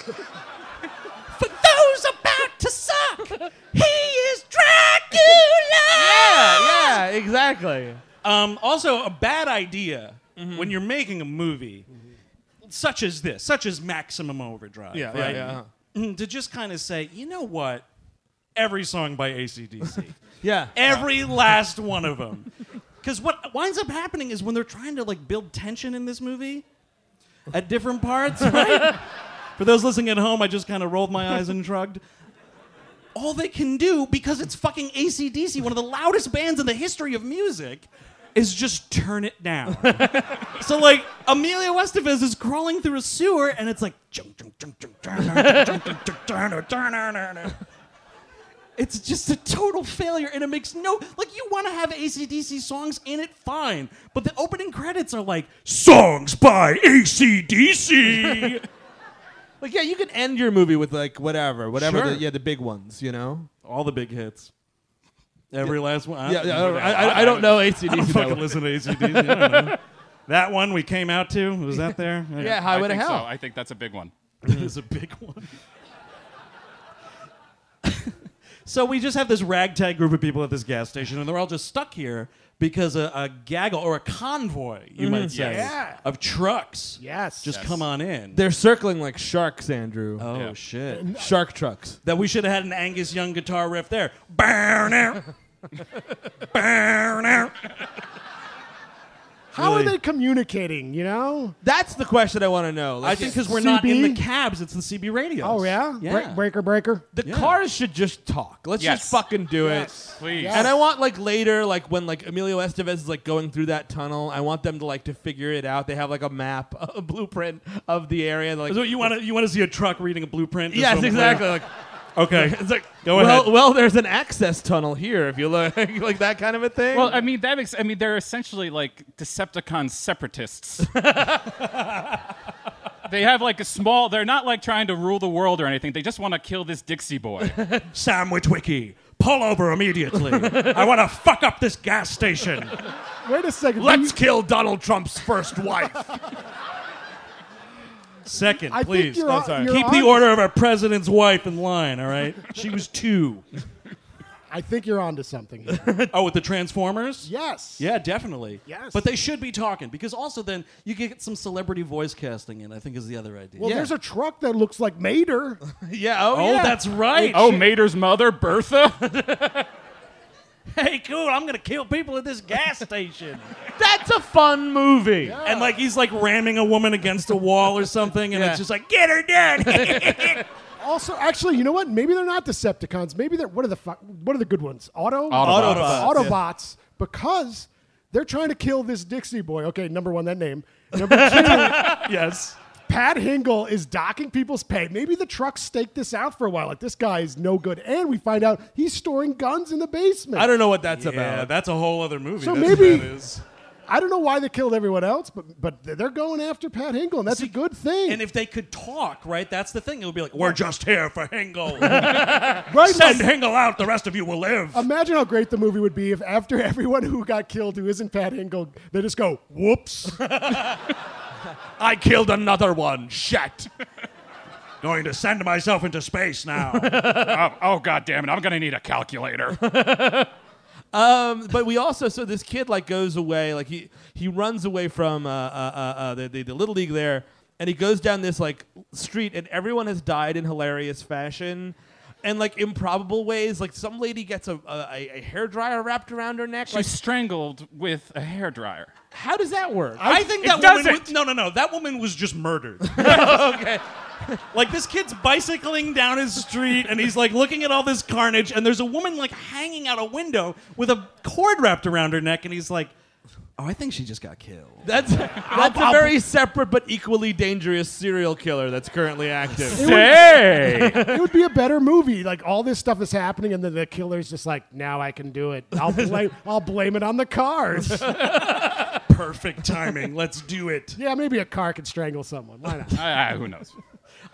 [SPEAKER 5] for those about to suck, he is Dracula.
[SPEAKER 8] yeah, exactly. Um, also, a bad idea when you're making a movie, such as this, such as Maximum Overdrive,
[SPEAKER 3] Yeah, yeah,
[SPEAKER 8] right?
[SPEAKER 3] yeah, uh-huh.
[SPEAKER 8] Mhm, To just kind of say, you know what? Every song by ACDC.
[SPEAKER 3] Yeah.
[SPEAKER 8] Every last one of them. Because what winds up happening is when they're trying to like build tension in this movie at different parts, right? For those listening at home, I just kind of rolled my eyes and shrugged. All they can do, because it's fucking ACDC, one of the loudest bands in the history of music, is just turn it down. so, like, Amelia Estevez is crawling through a sewer, and it's like. It's just a total failure, and it makes no like you want to have ACDC songs in it, fine. But the opening credits are like songs by ACDC.
[SPEAKER 3] Like yeah, you can end your movie with like whatever, whatever.
[SPEAKER 8] Sure.
[SPEAKER 3] The, yeah, the big ones. You know,
[SPEAKER 8] all the big hits. Every last one.
[SPEAKER 3] Yeah, yeah, I don't- I- I- I don't know AC/DC
[SPEAKER 8] I don't
[SPEAKER 3] that
[SPEAKER 8] fucking
[SPEAKER 3] well.
[SPEAKER 8] listen to ACDC. I don't know. That one we came out to was that there?
[SPEAKER 9] I think So. I think that's a big one.
[SPEAKER 8] It is a big one. So we just have this ragtag group of people at this gas station, and they're all just stuck here because a, a gaggle or a convoy, you
[SPEAKER 3] Mhm.
[SPEAKER 8] might say,
[SPEAKER 3] Yeah.
[SPEAKER 8] of trucks.
[SPEAKER 4] Mm-hmm. Yes.
[SPEAKER 8] Just
[SPEAKER 3] Yes.
[SPEAKER 8] come on in.
[SPEAKER 3] they're circling like sharks, Andrew.
[SPEAKER 8] Oh shit!
[SPEAKER 3] Shark trucks.
[SPEAKER 8] That we should have had an Angus Young guitar riff there. Burn out. Burn out.
[SPEAKER 4] How
[SPEAKER 3] Really?
[SPEAKER 4] are they communicating? You know.
[SPEAKER 3] That's the question I want to know.
[SPEAKER 8] I think because we're not in the
[SPEAKER 4] CB?
[SPEAKER 8] cabs, it's the CB radios.
[SPEAKER 4] Oh yeah.
[SPEAKER 8] yeah.
[SPEAKER 4] Bre- breaker, breaker.
[SPEAKER 3] The cars should just talk. Let's
[SPEAKER 8] Yes.
[SPEAKER 3] just fucking do
[SPEAKER 8] Yes,
[SPEAKER 3] it.
[SPEAKER 8] please.
[SPEAKER 3] And I want like later, like when like Emilio Estevez is like going through that tunnel, I want them to like to figure it out. They have like a map, a blueprint of the area. Like
[SPEAKER 8] So you want to you want to see a truck reading a blueprint? Just
[SPEAKER 3] Yes,
[SPEAKER 8] so I'm clear.
[SPEAKER 3] exactly. Like,
[SPEAKER 8] okay, it's like go
[SPEAKER 3] well,
[SPEAKER 8] ahead.
[SPEAKER 3] Well, there's an access tunnel here if you look like that kind of a thing.
[SPEAKER 9] Well, I mean that makes. I mean they're essentially like Decepticon separatists. they have like a small. They're not like trying to rule the world or anything. They just want to kill this Dixie boy.
[SPEAKER 8] Sandwich wiki. Pull over immediately. I want to fuck up this gas station.
[SPEAKER 4] Wait a second.
[SPEAKER 8] Let's kill Donald Trump's first wife. Second,
[SPEAKER 4] I think
[SPEAKER 8] please.
[SPEAKER 4] you're
[SPEAKER 8] No,
[SPEAKER 4] on-
[SPEAKER 8] sorry.
[SPEAKER 4] you're
[SPEAKER 8] Keep
[SPEAKER 4] on-
[SPEAKER 8] the order of our president's wife in line, all right? She was two.
[SPEAKER 4] I think you're onto something. Here.
[SPEAKER 8] oh, with the Transformers?
[SPEAKER 4] Yes.
[SPEAKER 8] Yeah, definitely.
[SPEAKER 4] Yes.
[SPEAKER 8] But they should be talking because also then you get some celebrity voice casting in, I think is the other idea.
[SPEAKER 4] Well, there's a truck that looks like Mater.
[SPEAKER 3] yeah.
[SPEAKER 8] Oh, that's right.
[SPEAKER 9] Oh, Mater's mother, Bertha.
[SPEAKER 8] hey, cool. I'm going to kill people at this gas station.
[SPEAKER 3] that's a fun movie.
[SPEAKER 8] And like he's like ramming a woman against a wall or something, and it's just like get her done.
[SPEAKER 4] Also, actually, you know what? Maybe they're not Decepticons. Maybe they're what are the fu- what are the good ones? Auto
[SPEAKER 8] Autobots. Autobots, yeah.
[SPEAKER 4] Autobots, because they're trying to kill this Dixie boy. Okay, number one, that name. Number two,
[SPEAKER 8] yes.
[SPEAKER 4] Pat Hingle is docking people's pay. Maybe the trucks staked this out for a while. Like this guy is no good, and we find out he's storing guns in the basement.
[SPEAKER 3] I don't know what that's
[SPEAKER 8] Yeah,
[SPEAKER 3] about.
[SPEAKER 8] that's a whole other movie.
[SPEAKER 4] So
[SPEAKER 8] That's what
[SPEAKER 4] maybe-
[SPEAKER 8] that is.
[SPEAKER 4] I don't know why they killed everyone else, but but they're going after Pat Hingle, and that's a good thing.
[SPEAKER 8] And if they could talk, right? That's the thing. It would be like, we're just here for Hingle.
[SPEAKER 4] Right,
[SPEAKER 8] Send
[SPEAKER 4] but-
[SPEAKER 8] Hingle out. The rest of you will live.
[SPEAKER 4] Imagine how great the movie would be if after everyone who got killed who isn't Pat Hingle, they just go, whoops.
[SPEAKER 8] I killed another one. Shit. Going to send myself into space now.
[SPEAKER 9] oh, oh god damn it! I'm gonna need a calculator.
[SPEAKER 3] Um, but we also so this kid like goes away, like he he runs away from uh, uh, uh, uh, the, the the little league there, and he goes down this like street, and everyone has died in hilarious fashion. And like improbable ways, like some lady gets a a, a hair dryer wrapped around her neck.
[SPEAKER 9] She's
[SPEAKER 3] like,
[SPEAKER 9] strangled with a hair dryer.
[SPEAKER 3] how does that work?
[SPEAKER 8] I think
[SPEAKER 3] It
[SPEAKER 8] that woman.
[SPEAKER 3] doesn't.
[SPEAKER 8] Was, no, no, no. That woman was just murdered.
[SPEAKER 3] okay.
[SPEAKER 8] Like this kid's bicycling down his street, and he's like looking at all this carnage, and there's a woman like hanging out a window with a cord wrapped around her neck, and he's like, "Oh, I think she just got killed."
[SPEAKER 3] That's that's a very separate but equally dangerous serial killer that's currently active.
[SPEAKER 4] It would- it would be a better movie. Like all this stuff is happening, and then the killer's just like, "Now I can do it. I'll blame. I'll blame it on the cars."
[SPEAKER 8] Perfect timing. Let's do it.
[SPEAKER 4] yeah, maybe a car could strangle someone. Why not?
[SPEAKER 9] who knows?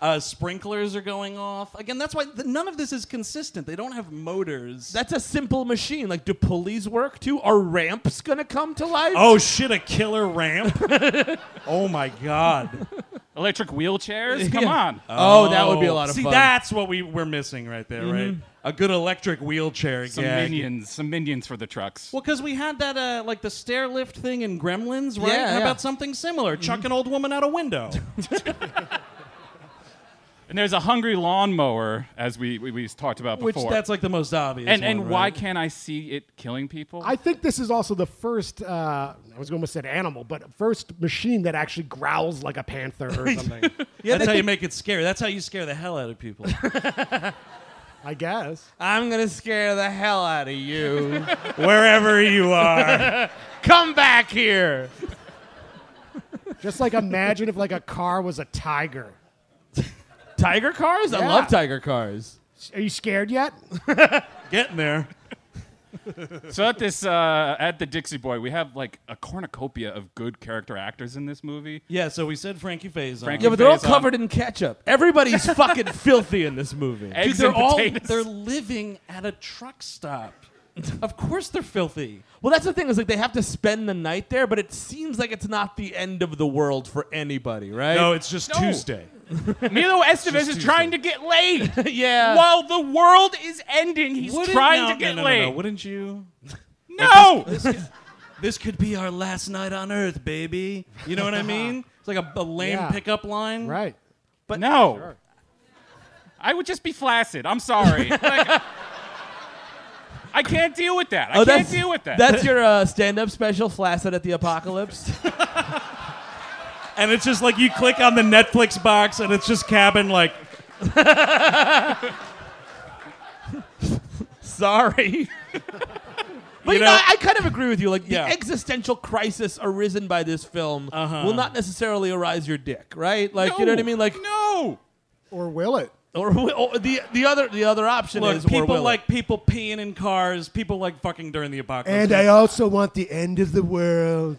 [SPEAKER 8] Uh, sprinklers are going off again. That's why th- none of this is consistent. They don't have motors.
[SPEAKER 3] That's a simple machine. Like, do pulleys work too? Are ramps gonna come to life?
[SPEAKER 8] Oh shit! A killer ramp. oh my god.
[SPEAKER 9] Electric wheelchairs? Come
[SPEAKER 8] Yeah. Oh,
[SPEAKER 9] on.
[SPEAKER 3] Oh,
[SPEAKER 8] See, that's what we we're missing right there, right?
[SPEAKER 9] Mhm.
[SPEAKER 8] A good electric wheelchair.
[SPEAKER 9] some
[SPEAKER 8] gag.
[SPEAKER 9] minions. Some minions for the trucks.
[SPEAKER 8] Well, because we had that uh, like the stair lift thing in Gremlins, right?
[SPEAKER 9] Yeah,
[SPEAKER 8] How
[SPEAKER 9] yeah.
[SPEAKER 8] about something similar? Chuck an old woman out a window.
[SPEAKER 9] And there's a hungry lawnmower, as we we, we talked about
[SPEAKER 8] Which
[SPEAKER 9] before.
[SPEAKER 8] that's like the most obvious.
[SPEAKER 9] and
[SPEAKER 8] one,
[SPEAKER 9] and
[SPEAKER 8] right?
[SPEAKER 9] why can't I see it killing people?
[SPEAKER 4] I think this is also the first. Uh, I was going to say animal, but first machine that actually growls like a panther or something.
[SPEAKER 8] Yeah, that's how you make it scary. That's how you scare the hell out of people.
[SPEAKER 4] I guess.
[SPEAKER 3] I'm gonna scare the hell out of you.
[SPEAKER 8] Wherever you are.
[SPEAKER 3] Come back here.
[SPEAKER 4] Just like imagine if like a car was a tiger.
[SPEAKER 3] Tiger cars? I
[SPEAKER 4] Yeah.
[SPEAKER 3] love tiger cars.
[SPEAKER 4] Are you scared yet?
[SPEAKER 8] Getting there.
[SPEAKER 9] so at this uh, at the Dixie Boy, we have like a cornucopia of good character actors in this movie.
[SPEAKER 8] Yeah, so we said Frankie Faison.
[SPEAKER 9] Frankie
[SPEAKER 3] Yeah, but they're all
[SPEAKER 9] Faison.
[SPEAKER 3] covered in ketchup. Everybody's fucking filthy in this movie.
[SPEAKER 8] Dude,
[SPEAKER 9] Eggs
[SPEAKER 8] they're
[SPEAKER 9] and
[SPEAKER 8] all
[SPEAKER 9] potatoes.
[SPEAKER 8] they're living at a truck stop. of course they're filthy.
[SPEAKER 3] Well, that's the thing is like they have to spend the night there, but it seems like it's not the end of the world for anybody, right?
[SPEAKER 8] No, Oh, it's just
[SPEAKER 9] No.
[SPEAKER 8] Tuesday.
[SPEAKER 9] Milo Estevez is
[SPEAKER 8] Tuesday.
[SPEAKER 9] trying to get laid.
[SPEAKER 3] yeah.
[SPEAKER 9] While the world is ending, he's
[SPEAKER 8] Wouldn't-
[SPEAKER 9] trying
[SPEAKER 8] no,
[SPEAKER 9] to get
[SPEAKER 8] no, no,
[SPEAKER 9] laid.
[SPEAKER 8] No, wouldn't you?
[SPEAKER 9] No!
[SPEAKER 8] This, this could, this could be our last night on Earth, baby. You know what I mean? It's like a, a lame
[SPEAKER 4] Yeah.
[SPEAKER 8] pickup line.
[SPEAKER 4] Right.
[SPEAKER 9] But no. I would just be flaccid. I'm sorry. Like, I can't deal with that. I can't deal with that.
[SPEAKER 3] That's your uh, stand-up special, Flaccid at the Apocalypse.
[SPEAKER 8] And it's just like you click on the Netflix box and it's just cabin like
[SPEAKER 3] Sorry. But you,
[SPEAKER 8] You
[SPEAKER 3] know,
[SPEAKER 8] know-
[SPEAKER 3] I kind of agree with you. Like
[SPEAKER 8] Yeah.
[SPEAKER 3] the existential crisis arisen by this film
[SPEAKER 8] Uh-huh.
[SPEAKER 3] will not necessarily arise your dick, right? Like you know what I
[SPEAKER 9] No.
[SPEAKER 3] mean? Like
[SPEAKER 9] no.
[SPEAKER 4] Or will it?
[SPEAKER 3] or, wi- or the the other the other option
[SPEAKER 8] look,
[SPEAKER 3] is or will
[SPEAKER 8] people
[SPEAKER 3] it.
[SPEAKER 8] like people peeing in cars, people like fucking during the apocalypse.
[SPEAKER 14] And I also want the end of the world.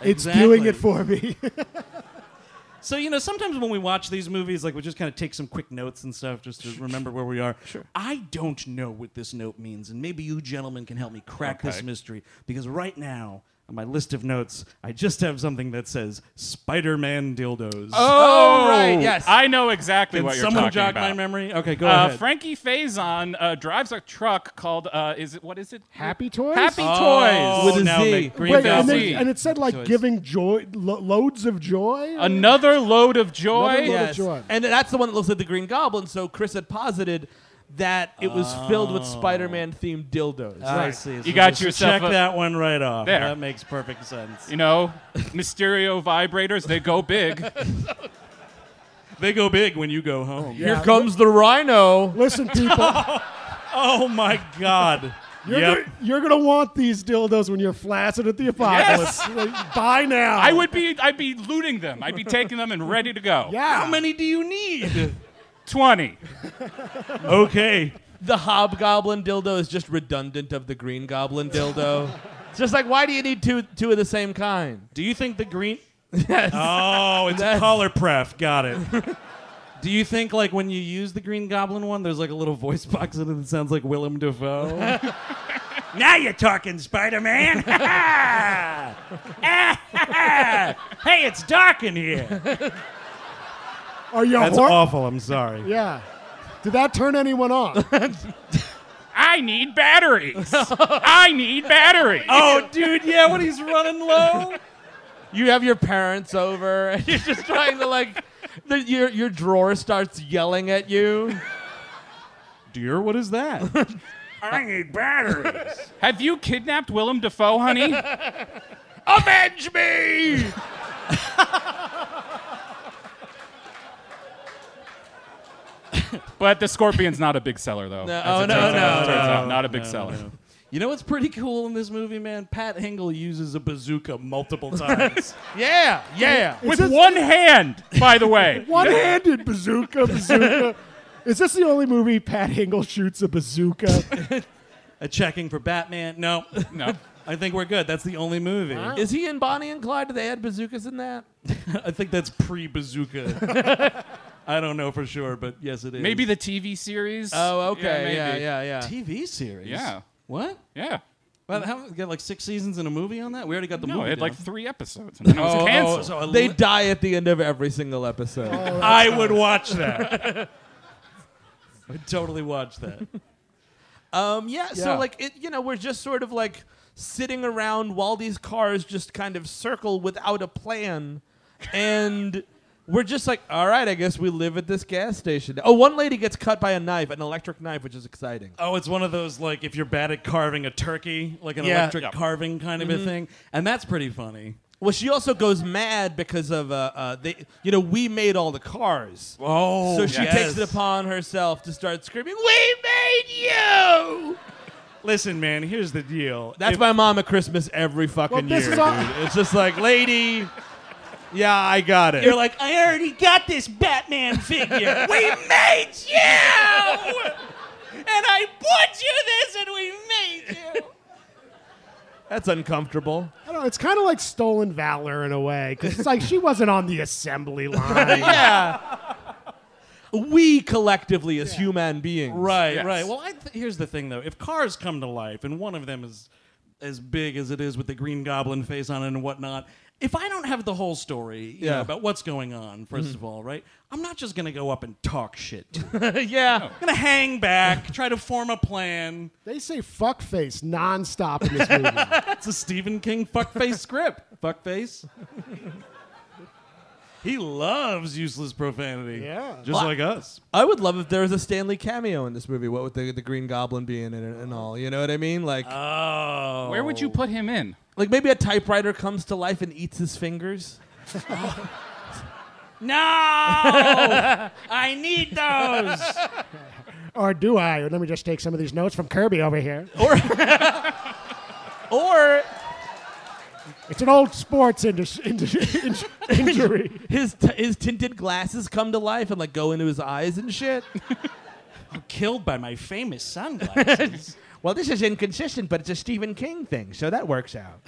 [SPEAKER 14] it's doing
[SPEAKER 8] Exactly.
[SPEAKER 14] it for me.
[SPEAKER 8] So you know, sometimes when we watch these movies, like we just kind of take some quick notes and stuff just to remember where we are. Sure. I don't know what this note means, and maybe you gentlemen can help me crack this
[SPEAKER 9] Okay.
[SPEAKER 8] mystery because right now on my list of notes, I just have something that says Spider-Man dildos.
[SPEAKER 3] Oh, right, yes.
[SPEAKER 9] I know exactly
[SPEAKER 8] Can
[SPEAKER 9] what you're
[SPEAKER 8] someone
[SPEAKER 9] talking
[SPEAKER 8] jog
[SPEAKER 9] about.
[SPEAKER 8] my memory? Okay, go
[SPEAKER 9] uh,
[SPEAKER 8] ahead.
[SPEAKER 9] Frankie Faison uh, drives a truck called uh, is it what is it?
[SPEAKER 4] Happy toys.
[SPEAKER 9] Happy
[SPEAKER 8] Oh,
[SPEAKER 9] Toys.
[SPEAKER 3] With a
[SPEAKER 8] now
[SPEAKER 3] Z.
[SPEAKER 8] make Green
[SPEAKER 4] Wait,
[SPEAKER 8] Bell
[SPEAKER 4] and,
[SPEAKER 9] then-
[SPEAKER 8] Z.
[SPEAKER 4] it, and it said like
[SPEAKER 8] Toys.
[SPEAKER 4] giving joy, lo- loads of joy.
[SPEAKER 9] Another load of joy.
[SPEAKER 4] Another load of Yes. joy.
[SPEAKER 3] and that's the one that looks like the Green Goblin. So Chris had posited that it was filled with Spider-Man themed dildos.
[SPEAKER 8] I see. So
[SPEAKER 9] You got
[SPEAKER 8] just
[SPEAKER 9] yourself
[SPEAKER 8] check
[SPEAKER 9] a-
[SPEAKER 8] that one right off.
[SPEAKER 9] There.
[SPEAKER 8] That makes perfect sense.
[SPEAKER 9] You know, Mysterio vibrators. They go big.
[SPEAKER 8] They go big when you go home.
[SPEAKER 3] Here comes the Rhino.
[SPEAKER 4] Listen, people,
[SPEAKER 8] Oh my God.
[SPEAKER 4] you're, gonna, you're gonna want these dildos when you're flaccid at the apocalypse. Like, buy now.
[SPEAKER 9] I would be. I'd be looting them. I'd be taking them and ready to go.
[SPEAKER 4] Yeah.
[SPEAKER 8] How many do you need?
[SPEAKER 9] Twenty.
[SPEAKER 8] okay.
[SPEAKER 3] The Hobgoblin dildo is just redundant of the Green Goblin dildo. It's just like, why do you need two two of the same kind?
[SPEAKER 8] Do you think the green?
[SPEAKER 3] yes.
[SPEAKER 8] Oh, it's
[SPEAKER 3] That's-
[SPEAKER 8] color pref. Got it. Do you think like when you use the Green Goblin one, there's like a little voice box in it that sounds like Willem Dafoe? now you're talking, Spider Man. hey, it's dark in here.
[SPEAKER 4] Are you
[SPEAKER 8] That's
[SPEAKER 4] hor-
[SPEAKER 8] awful. I'm sorry.
[SPEAKER 4] Yeah. Did that turn anyone on?
[SPEAKER 9] I need batteries. I need batteries.
[SPEAKER 3] Oh, dude, yeah, when
[SPEAKER 8] he's running low.
[SPEAKER 3] You have your parents over, and you're just trying to like, the, your your drawer starts yelling at you.
[SPEAKER 8] Dear, what is that?
[SPEAKER 9] I need batteries. Have you kidnapped Willem Dafoe, honey?
[SPEAKER 5] Avenge me!
[SPEAKER 9] but the Scorpion's not a big seller, though.
[SPEAKER 8] No,
[SPEAKER 9] As
[SPEAKER 8] oh,
[SPEAKER 9] it
[SPEAKER 8] no,
[SPEAKER 9] turns
[SPEAKER 8] no,
[SPEAKER 9] out. As it turns
[SPEAKER 8] no,
[SPEAKER 9] out, not a big
[SPEAKER 8] no,
[SPEAKER 9] seller.
[SPEAKER 8] no. You know what's pretty cool in this movie, man? Pat Hingle uses a bazooka multiple times.
[SPEAKER 3] yeah,
[SPEAKER 8] yeah.
[SPEAKER 4] Is
[SPEAKER 8] With
[SPEAKER 4] this-
[SPEAKER 8] one hand, by the way.
[SPEAKER 4] One-handed bazooka, bazooka. Is this the only movie Pat Hingle shoots a bazooka?
[SPEAKER 8] a checking for Batman. No, no. I think we're good. That's the only movie.
[SPEAKER 3] Is he in Bonnie and Clyde? Do they add bazookas in that?
[SPEAKER 8] I think that's pre-bazooka. I don't know for sure, but yes, it is.
[SPEAKER 9] Maybe the TV series.
[SPEAKER 8] Oh, okay,
[SPEAKER 9] Yeah, maybe.
[SPEAKER 3] yeah, yeah.
[SPEAKER 8] TV series.
[SPEAKER 9] Yeah.
[SPEAKER 8] What?
[SPEAKER 9] Yeah.
[SPEAKER 8] Well, how we got like six seasons in a movie on that? We already got the
[SPEAKER 9] No,
[SPEAKER 8] movie.
[SPEAKER 9] it had, like,
[SPEAKER 8] down.
[SPEAKER 9] three episodes, and then it was
[SPEAKER 8] Oh, oh,
[SPEAKER 9] canceled.
[SPEAKER 8] so I
[SPEAKER 3] They
[SPEAKER 8] li-
[SPEAKER 3] die at the end of every single episode.
[SPEAKER 8] I would watch that. I totally watch that.
[SPEAKER 3] Um, yeah,
[SPEAKER 8] Yeah.
[SPEAKER 3] So like it, you know, we're just sort of like sitting around while these cars just kind of circle without a plan, and we're just like, all right, I guess we live at this gas station. Oh, one lady gets cut by a knife, an electric knife, which is exciting.
[SPEAKER 8] Oh, it's one of those like if you're bad at carving a turkey, like an
[SPEAKER 3] Yeah.
[SPEAKER 8] electric
[SPEAKER 3] Yep.
[SPEAKER 8] carving kind of a
[SPEAKER 3] Mhm.
[SPEAKER 8] thing, and that's pretty funny.
[SPEAKER 3] Well, she also goes mad because of uh, uh they, you know, we made all the cars.
[SPEAKER 8] Oh,
[SPEAKER 3] so she
[SPEAKER 8] yes.
[SPEAKER 3] takes it upon herself to start screaming, "We made you!"
[SPEAKER 8] Listen, man, here's the deal.
[SPEAKER 3] That's
[SPEAKER 8] If-
[SPEAKER 3] my mom at Christmas every
[SPEAKER 8] Well,
[SPEAKER 3] fucking
[SPEAKER 8] this
[SPEAKER 3] year,
[SPEAKER 8] is all-
[SPEAKER 3] dude. It's just like, lady, yeah, I got it.
[SPEAKER 8] You're like, I already got this Batman figure. we made you, and I bought you this, and we made you.
[SPEAKER 3] that's uncomfortable.
[SPEAKER 4] I don't know. It's kind of like stolen valor in a way, because it's like she wasn't on the assembly line.
[SPEAKER 3] yeah. We collectively as human beings.
[SPEAKER 8] Right, right. Well, I th- here's the thing though: if cars come to life, and one of them is as big as it is with the Green Goblin face on it and whatnot, if I don't have the whole story you know,
[SPEAKER 3] Yeah.
[SPEAKER 8] about what's going on, 1st
[SPEAKER 3] Mhm.
[SPEAKER 8] of all, right, I'm not just gonna go up and talk shit. to it.
[SPEAKER 3] yeah.
[SPEAKER 8] I'm gonna hang back, try to form a plan.
[SPEAKER 4] They say fuckface nonstop in this movie.
[SPEAKER 8] it's a Stephen King fuckface script. Fuckface. he loves useless profanity. Yeah, just
[SPEAKER 3] Well,
[SPEAKER 8] like us.
[SPEAKER 3] I would love if there was a Stanley cameo in this movie. What would the, the Green Goblin be in it and, and all? You know what I mean? Like,
[SPEAKER 8] oh,
[SPEAKER 9] Where would you put him in?
[SPEAKER 3] Like maybe a typewriter comes to life and eats his fingers.
[SPEAKER 8] No, I need those.
[SPEAKER 4] or do I? Let me just take some of these notes from Kirby over here.
[SPEAKER 3] Or
[SPEAKER 4] It's an old sports indus- indu- inju- injury.
[SPEAKER 3] his t- his tinted glasses come to life and like go into his eyes and shit.
[SPEAKER 8] I'm killed by my famous sunglasses.
[SPEAKER 3] well, this is inconsistent, but it's a Stephen King thing, so that works out.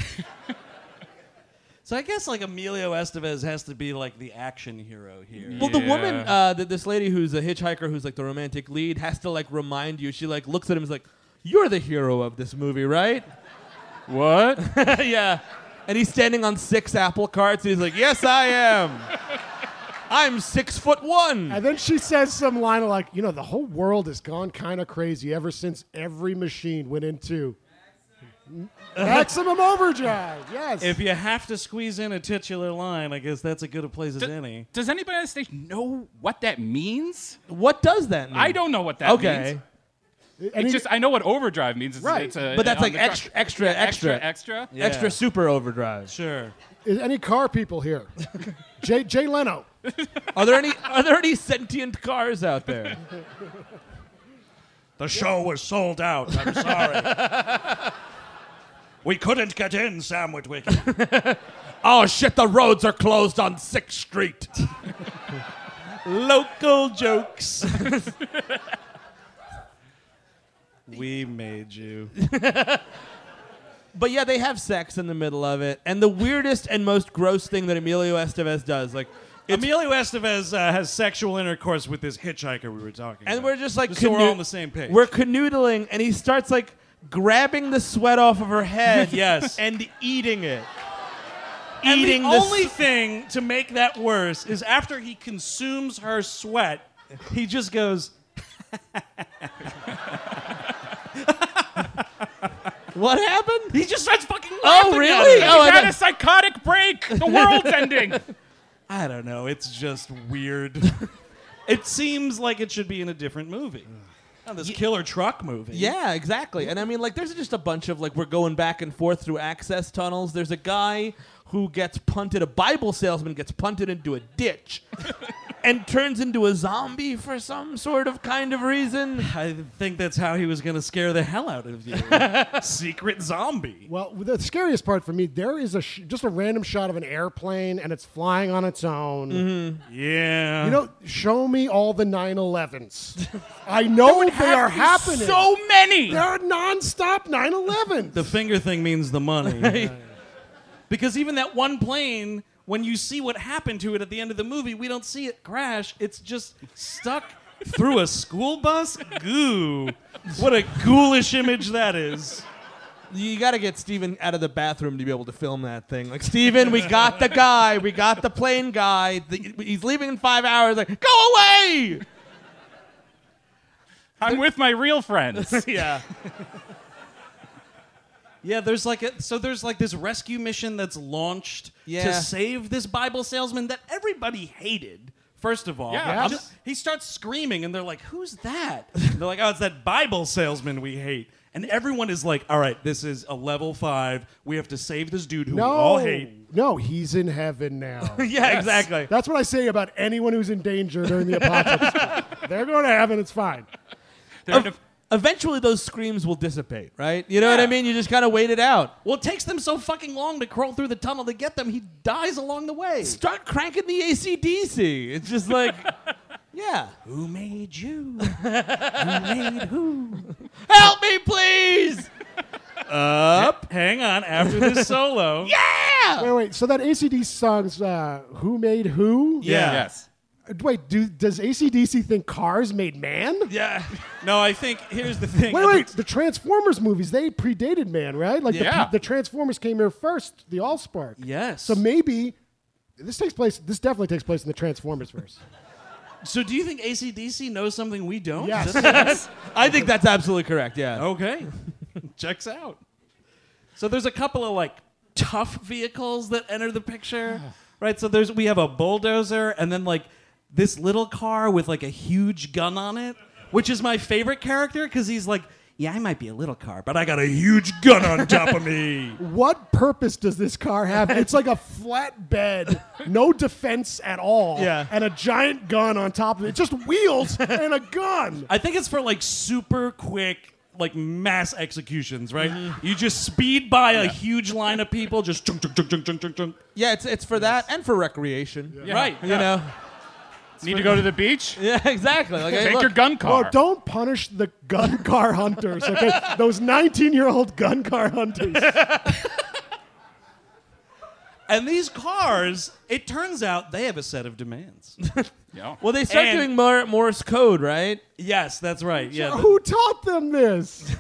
[SPEAKER 8] So I guess like Emilio Estevez has to be like the action hero here.
[SPEAKER 3] Well, the woman, uh, th- this lady who's a hitchhiker, who's like the romantic lead, has to like remind you. She like looks at him, and is like, "You're the hero of this movie, right?"
[SPEAKER 9] What?
[SPEAKER 3] yeah. And he's standing on six apple carts, and he's like, "Yes, I am. I'm six foot one."
[SPEAKER 4] And then she says some line like, you know, the whole world has gone kind of crazy ever since every machine went into maximum overdrive. Yes.
[SPEAKER 8] if you have to squeeze in a titular line, I guess that's as good a place as any.
[SPEAKER 9] Does anybody on the station know what that means?
[SPEAKER 3] What does that mean?
[SPEAKER 9] I don't know what that
[SPEAKER 3] Okay.
[SPEAKER 9] means.
[SPEAKER 3] I
[SPEAKER 9] It's
[SPEAKER 3] mean-
[SPEAKER 9] just I know what overdrive means. It's,
[SPEAKER 3] Right.
[SPEAKER 9] it's a,
[SPEAKER 3] But that's
[SPEAKER 9] on
[SPEAKER 3] like
[SPEAKER 9] the truck.
[SPEAKER 3] extra- extra,
[SPEAKER 9] Yeah, extra,
[SPEAKER 3] extra.
[SPEAKER 9] extra.
[SPEAKER 3] Yeah.
[SPEAKER 8] e-
[SPEAKER 3] Extra super overdrive.
[SPEAKER 8] Sure.
[SPEAKER 4] Is any car people here? Jay, Jay Leno.
[SPEAKER 3] Are there any Are there any sentient cars out there?
[SPEAKER 15] The show was sold out. I'm sorry. we couldn't get in, Sam Witwicky.
[SPEAKER 3] oh shit! The roads are closed on Sixth Street. Local jokes.
[SPEAKER 8] We made you.
[SPEAKER 3] But yeah, they have sex in the middle of it, and the weirdest and most gross thing that Emilio Estevez does, like.
[SPEAKER 8] Emilio Estevez uh, has sexual intercourse with this hitchhiker we were talking
[SPEAKER 3] And
[SPEAKER 8] about.
[SPEAKER 3] we're just like
[SPEAKER 8] so we're all
[SPEAKER 3] canoe-
[SPEAKER 8] on the same page.
[SPEAKER 3] We're canoodling, and he starts like grabbing the sweat off of her head.
[SPEAKER 8] Yes.
[SPEAKER 3] and eating it.
[SPEAKER 8] and
[SPEAKER 3] eating
[SPEAKER 8] the,
[SPEAKER 3] the
[SPEAKER 8] only thing to make that worse is after he consumes her sweat, he just goes.
[SPEAKER 3] what happened?
[SPEAKER 8] He just starts fucking
[SPEAKER 9] laughing at
[SPEAKER 8] really?
[SPEAKER 9] him.
[SPEAKER 8] Oh, I
[SPEAKER 9] He's had
[SPEAKER 8] thought-
[SPEAKER 9] a psychotic break. The world's ending.
[SPEAKER 8] I don't know. It's just weird. it seems like it should be in a different movie. Not this killer truck movie.
[SPEAKER 3] Yeah, exactly. And I mean, like, there's just a bunch of like we're going back and forth through access tunnels. There's a guy who gets punted. A Bible salesman gets punted into a ditch, and turns into a zombie for some sort of kind of reason.
[SPEAKER 8] I think that's how he was going to scare the hell out of you. Secret zombie.
[SPEAKER 4] Well, the scariest part for me, there is a sh- just a random shot of an airplane and it's flying on its own.
[SPEAKER 8] Mm-hmm. Yeah.
[SPEAKER 4] You know, show me all the 9/11s. I know they
[SPEAKER 8] have
[SPEAKER 4] are
[SPEAKER 8] to be
[SPEAKER 4] happening.
[SPEAKER 8] so many.
[SPEAKER 4] There are nonstop 9/11s.
[SPEAKER 8] The finger thing means the money. because even that one plane, when you see what happened to it at the end of the movie, we don't see it crash. It's just stuck through a school bus? Goo. What a ghoulish image that is.
[SPEAKER 3] You got to get Steven out of the bathroom to be able to film that thing. Like, Steven, we got the guy. We got the plane guy. The- he's leaving in five hours. Like, go away!
[SPEAKER 9] I'm with my real friends.
[SPEAKER 8] yeah. Yeah, there's like a so there's like this rescue mission that's launched to
[SPEAKER 9] Yeah.
[SPEAKER 8] save this Bible salesman that everybody hated. First of all,
[SPEAKER 9] Yeah.
[SPEAKER 8] I'm just- he starts screaming, and they're like, "Who's that?" And they're like, "Oh, it's that Bible salesman we hate." And everyone is like, "All right, this is a level five. We have to save this dude who
[SPEAKER 4] no,
[SPEAKER 8] we all hate."
[SPEAKER 4] no, he's in heaven now.
[SPEAKER 8] Yeah, exactly.
[SPEAKER 4] That's what I say about anyone who's in danger during the apocalypse. They're going to heaven. It's fine.
[SPEAKER 3] Ev- eventually, those screams will dissipate, right? You know what I mean? You just kind of wait it out.
[SPEAKER 8] Well, it takes them so fucking long to crawl through the tunnel to get them. He dies along the way.
[SPEAKER 3] Start cranking the ACDC. It's just like, yeah.
[SPEAKER 8] Who made you? who made who?
[SPEAKER 3] Help me, please!
[SPEAKER 8] Up. Hang on. After this solo.
[SPEAKER 4] Yeah. Wait, wait. So that ACDC song's uh, "Who Made Who."
[SPEAKER 8] Yeah. Yes.
[SPEAKER 4] Wait, do, does ACDC think cars made man?
[SPEAKER 8] Yeah. No, I think here's the thing.
[SPEAKER 4] Wait, wait. The Transformers movies, they predated man, right? Like
[SPEAKER 8] Yeah.
[SPEAKER 4] the, the Transformers came here first, the Allspark.
[SPEAKER 8] Yes.
[SPEAKER 4] So maybe this takes place, this definitely takes place in the Transformers verse.
[SPEAKER 8] So do you think ACDC knows something we don't?
[SPEAKER 4] Yes.
[SPEAKER 3] I think that's absolutely correct, yeah.
[SPEAKER 8] Okay. Checks out. So there's a couple of like tough vehicles that enter the picture. Right? So there's we have a bulldozer and then like this little car with like a huge gun on it, which is my favorite character cuz he's like, yeah, I might be a little car, but I got a huge gun on top of me.
[SPEAKER 4] What purpose does this car have? It's like a flat bed, no defense at all,
[SPEAKER 8] Yeah.
[SPEAKER 4] and a giant gun on top of it. Just wheels and a gun.
[SPEAKER 8] I think it's for like super quick, like mass executions, right? You just speed by a huge line of people, just chunk, chunk, chunk, chunk, chunk, chunk, chunk.
[SPEAKER 3] Yeah, it's, it's for that and for recreation.
[SPEAKER 8] Yeah. Right,
[SPEAKER 3] You
[SPEAKER 8] yeah.
[SPEAKER 3] know?
[SPEAKER 9] Need to go to the beach?
[SPEAKER 3] Yeah, exactly. Like, hey,
[SPEAKER 9] Take
[SPEAKER 3] look.
[SPEAKER 9] your gun car.
[SPEAKER 4] Well, don't punish the gun car hunters, okay? Those 19 year old gun car hunters.
[SPEAKER 8] And these cars, it turns out they have a set of demands.
[SPEAKER 9] yeah.
[SPEAKER 3] Well, they start
[SPEAKER 8] And-
[SPEAKER 3] doing Mor- Morse code, right?
[SPEAKER 8] yes, that's right. Yeah.
[SPEAKER 4] Who taught them this?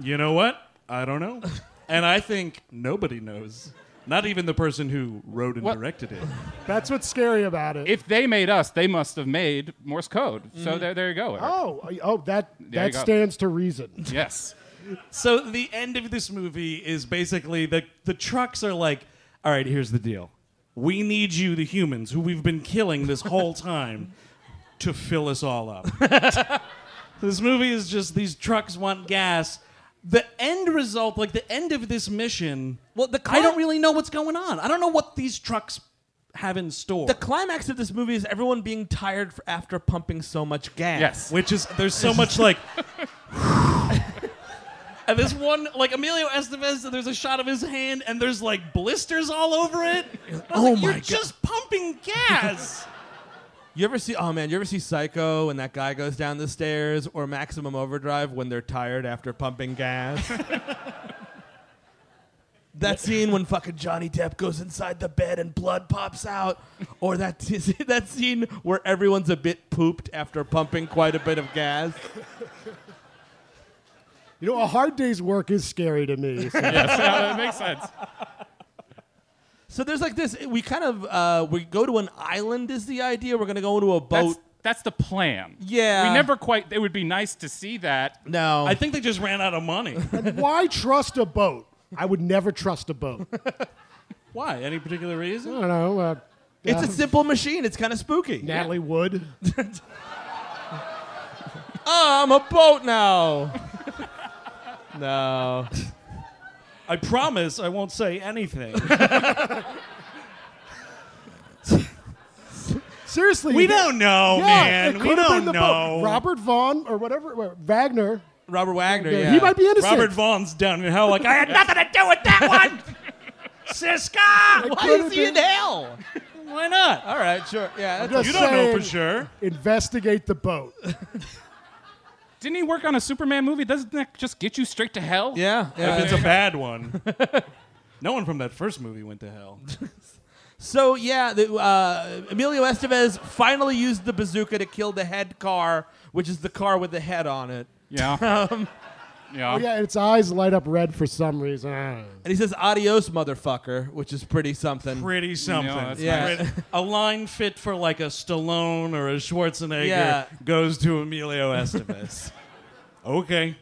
[SPEAKER 8] you know what? I don't know. And I think nobody knows. Not even the person who wrote and directed it.
[SPEAKER 4] That's what's scary about it.
[SPEAKER 9] If they made us, they must have made Morse code. So there, there you go. Eric.
[SPEAKER 4] Oh, oh, that
[SPEAKER 9] There you
[SPEAKER 4] that
[SPEAKER 9] go.
[SPEAKER 4] stands to reason.
[SPEAKER 9] Yes.
[SPEAKER 8] So the end of this movie is basically the the trucks are like, all right, here's the deal. We need you, the humans, who we've been killing this whole time, to fill us all up. this movie is just these trucks want gas. The end result, like the end of this mission, well, the I don't really know what's going on. I don't know what these trucks have in store.
[SPEAKER 3] The climax of this movie is everyone being tired for after pumping so much gas.
[SPEAKER 9] Yes.
[SPEAKER 8] which is there's so much like and this one like Emilio Estevez there's a shot of his hand and there's like blisters all over it oh my you're
[SPEAKER 3] God."
[SPEAKER 8] just pumping gas
[SPEAKER 3] You ever see? Oh man, you ever see Psycho when that guy goes down the stairs, or Maximum Overdrive when they're tired after pumping gas? That scene when fucking Johnny Depp goes inside the bed and blood pops out, or that that scene where everyone's a bit pooped after pumping quite a bit of gas.
[SPEAKER 4] You know, a hard day's work is scary to me. so-
[SPEAKER 9] yes, no, that makes sense.
[SPEAKER 3] So there's like this. We kind of uh, we go to an island is the idea. We're gonna go into a boat.
[SPEAKER 9] That's, that's the plan.
[SPEAKER 3] Yeah.
[SPEAKER 9] We never quite. It would be nice to see that.
[SPEAKER 8] Oh.
[SPEAKER 3] No.
[SPEAKER 9] I think they just ran out of money.
[SPEAKER 4] Why trust a boat? I would never trust a boat.
[SPEAKER 8] Why? Any particular reason?
[SPEAKER 4] I don't know. Uh,
[SPEAKER 3] It's
[SPEAKER 4] uh,
[SPEAKER 3] a simple machine. It's kind of spooky.
[SPEAKER 4] Natalie Wood.
[SPEAKER 3] oh, I'm a boat now. no.
[SPEAKER 8] I promise I won't say anything.
[SPEAKER 4] Seriously,
[SPEAKER 8] We
[SPEAKER 4] that-
[SPEAKER 8] don't know,
[SPEAKER 4] Yeah,
[SPEAKER 8] man.
[SPEAKER 4] it
[SPEAKER 8] We
[SPEAKER 4] could've been
[SPEAKER 8] don't
[SPEAKER 4] the boat.
[SPEAKER 8] know.
[SPEAKER 4] Robert Vaughn or whatever wha- Wagner.
[SPEAKER 3] Robert Wagner.
[SPEAKER 4] He
[SPEAKER 8] Yeah.
[SPEAKER 4] might be innocent.
[SPEAKER 8] Robert Vaughn's down in hell, like I had nothing to do with that one. Siska,
[SPEAKER 3] Why is he in hell?
[SPEAKER 8] Why not?
[SPEAKER 3] All right, sure. Yeah,
[SPEAKER 4] I'm just
[SPEAKER 3] you
[SPEAKER 4] saying,
[SPEAKER 3] don't know
[SPEAKER 8] sure.
[SPEAKER 4] Investigate the boat.
[SPEAKER 9] Didn't he work on a Superman movie? Doesn't that just get you straight to hell?
[SPEAKER 8] if it's a bad one. no one from that first movie went to hell.
[SPEAKER 3] So yeah, the, uh, Emilio Estevez finally used the bazooka to kill the head car, which is the car with the head on it.
[SPEAKER 9] Yeah.
[SPEAKER 3] um,
[SPEAKER 9] yeah.
[SPEAKER 4] Oh, yeah, its eyes light up red for some reason. I don't know.
[SPEAKER 3] And he says "adios, motherfucker," which is pretty something.
[SPEAKER 8] Pretty something.
[SPEAKER 3] yeah.
[SPEAKER 8] Pretty- a line fit for like a Stallone or a Schwarzenegger
[SPEAKER 3] Yeah.
[SPEAKER 8] goes to Emilio Estevez. okay.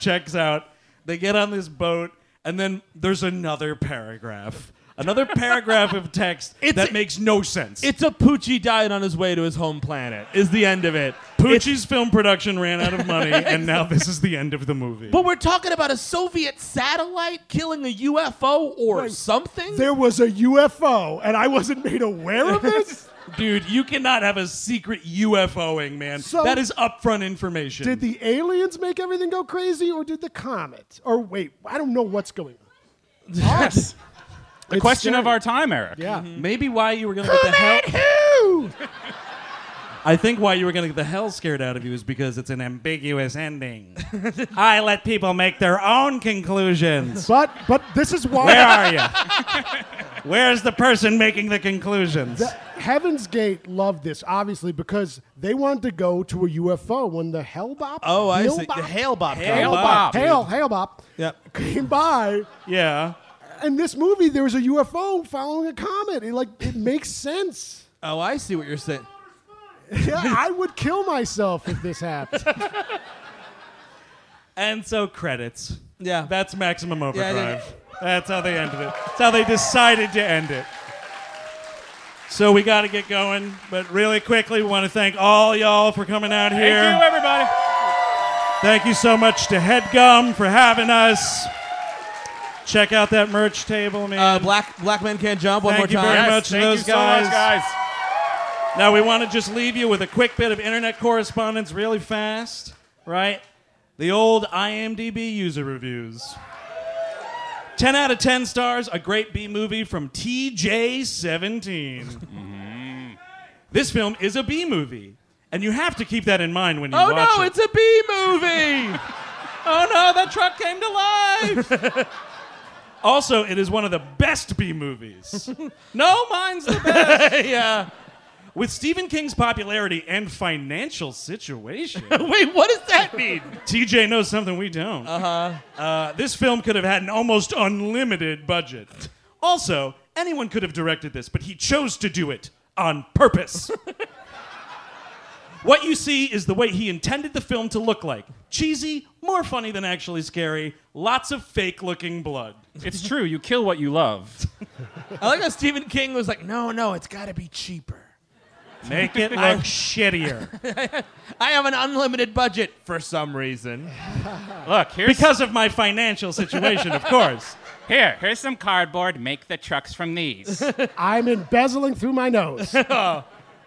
[SPEAKER 8] Checks out. They get on this boat, and then there's another paragraph. Another paragraph of text that makes no sense.
[SPEAKER 3] It's a Poochie died on his way to his home planet. Is the end of it.
[SPEAKER 8] Poochie's film production ran out of money, and now this is the end of the movie.
[SPEAKER 3] But we're talking about a Soviet satellite killing a UFO or something.
[SPEAKER 4] There was a UFO, and I wasn't made aware of this.
[SPEAKER 8] Dude, you cannot have a secret UFOing, man.
[SPEAKER 4] So-
[SPEAKER 8] that is upfront information.
[SPEAKER 4] did the aliens make everything go crazy, or did the comet? Or wait, I don't know what's going on. Yes.
[SPEAKER 9] The question of our Mm-hmm. time, Eric.
[SPEAKER 4] Yeah.
[SPEAKER 8] Maybe why you were going to get the hell.
[SPEAKER 4] Who?
[SPEAKER 8] I think why you were going to get the hell scared out of you is because it's an ambiguous ending. I let people make their own conclusions.
[SPEAKER 4] But but this is why.
[SPEAKER 8] Where are you? Where's the person making the conclusions?
[SPEAKER 4] The Heaven's Gate loved this, obviously, because they wanted to go to a UFO when the Hellbop.
[SPEAKER 3] Oh, I see.
[SPEAKER 4] Hellbop-
[SPEAKER 3] The Hale-Bopp.
[SPEAKER 4] Hellbop.
[SPEAKER 3] Hale-Bopp, dude.
[SPEAKER 4] Hale, Hellbop
[SPEAKER 3] Yep.
[SPEAKER 4] came by.
[SPEAKER 8] Yeah.
[SPEAKER 4] In this movie, there was a UFO following a comet. It, like, it makes sense.
[SPEAKER 3] Oh, I see what you're saying.
[SPEAKER 4] Yeah, I would kill myself if this happened.
[SPEAKER 8] And so credits.
[SPEAKER 3] Yeah.
[SPEAKER 8] That's maximum overdrive.
[SPEAKER 3] Yeah,
[SPEAKER 8] That's how they ended it. That's how they decided to end it. So we got to get going, but really quickly, we want to thank all y'all for coming out
[SPEAKER 9] Thank
[SPEAKER 8] here.
[SPEAKER 9] you, everybody.
[SPEAKER 8] Thank you so much to Headgum for having us. Check out that merch table, man.
[SPEAKER 3] Uh, black black man can't jump. One
[SPEAKER 8] Thank
[SPEAKER 3] more
[SPEAKER 8] you
[SPEAKER 3] time.
[SPEAKER 8] very much to
[SPEAKER 9] Thank
[SPEAKER 8] those
[SPEAKER 9] you so
[SPEAKER 8] guys.
[SPEAKER 9] much, guys.
[SPEAKER 8] Now we want to just leave you with a quick bit of internet correspondence, really fast, right? The old IMDb user reviews. 10 out of 10 stars, a great B movie from TJ17.
[SPEAKER 3] Mm-hmm.
[SPEAKER 8] this film is a B movie, and you have to keep that in mind when you
[SPEAKER 3] Oh
[SPEAKER 8] watch
[SPEAKER 3] no,
[SPEAKER 8] it.
[SPEAKER 3] it's a B movie. oh no, that truck came to life.
[SPEAKER 8] Also, it is one of the best B movies. no, mine's the best.
[SPEAKER 3] yeah.
[SPEAKER 8] With Stephen King's popularity and financial situation,
[SPEAKER 3] Wait, what does that mean?
[SPEAKER 8] TJ knows something we don't. Uh-huh. This film could have had an almost unlimited budget. Also, anyone could have directed this, but he chose to do it on purpose. what you see is the way he intended the film to look like cheesy, more funny than actually scary, lots of fake looking blood.
[SPEAKER 9] It's true. You kill what you love.
[SPEAKER 3] I like how Stephen King was like, no, no, it's got to be cheaper.
[SPEAKER 8] Make it look shittier.
[SPEAKER 3] I have an unlimited budget for some reason.
[SPEAKER 9] Look, here's
[SPEAKER 8] Because of my financial situation, of course.
[SPEAKER 9] here. Here's some cardboard. Make the trucks from these.
[SPEAKER 4] I'm embezzling through my nose.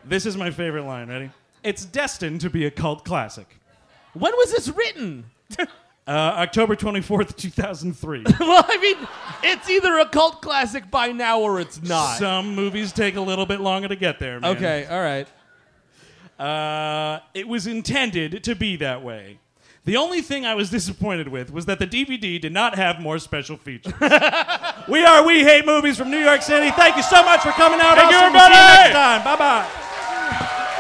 [SPEAKER 8] This is my favorite line. Ready? It's destined to be a cult classic.
[SPEAKER 3] When was this written?
[SPEAKER 8] Uh, October 24th, 2003.
[SPEAKER 3] well, I mean, it's either a cult classic by now or it's not.
[SPEAKER 8] Some movies take a little bit longer to get there, man.
[SPEAKER 3] okay, all right.
[SPEAKER 8] Uh, it was intended to be that way. The only thing I was disappointed with was that the DVD did not have more special features. we are We Hate Movies from New York City. Thank you so much for coming out.
[SPEAKER 15] Thank you,
[SPEAKER 8] Austin. We'll see you
[SPEAKER 15] everybody.
[SPEAKER 8] next time. Bye bye.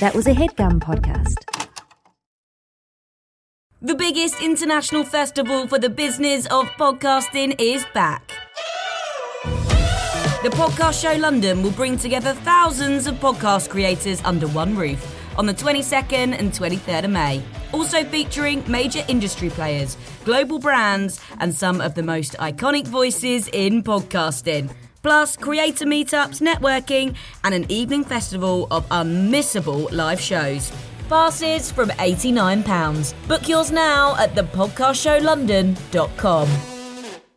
[SPEAKER 6] That was a headgum podcast.
[SPEAKER 1] The biggest international festival for the business of podcasting is back. The Podcast Show London will bring together thousands of podcast creators under one roof on the 22nd and 23rd of May. Also featuring major industry players, global brands, and some of the most iconic voices in podcasting. Plus, creator meetups, networking, and an evening festival of unmissable live shows. Passes from £89. Book yours now at thepodcastshowlondon.com.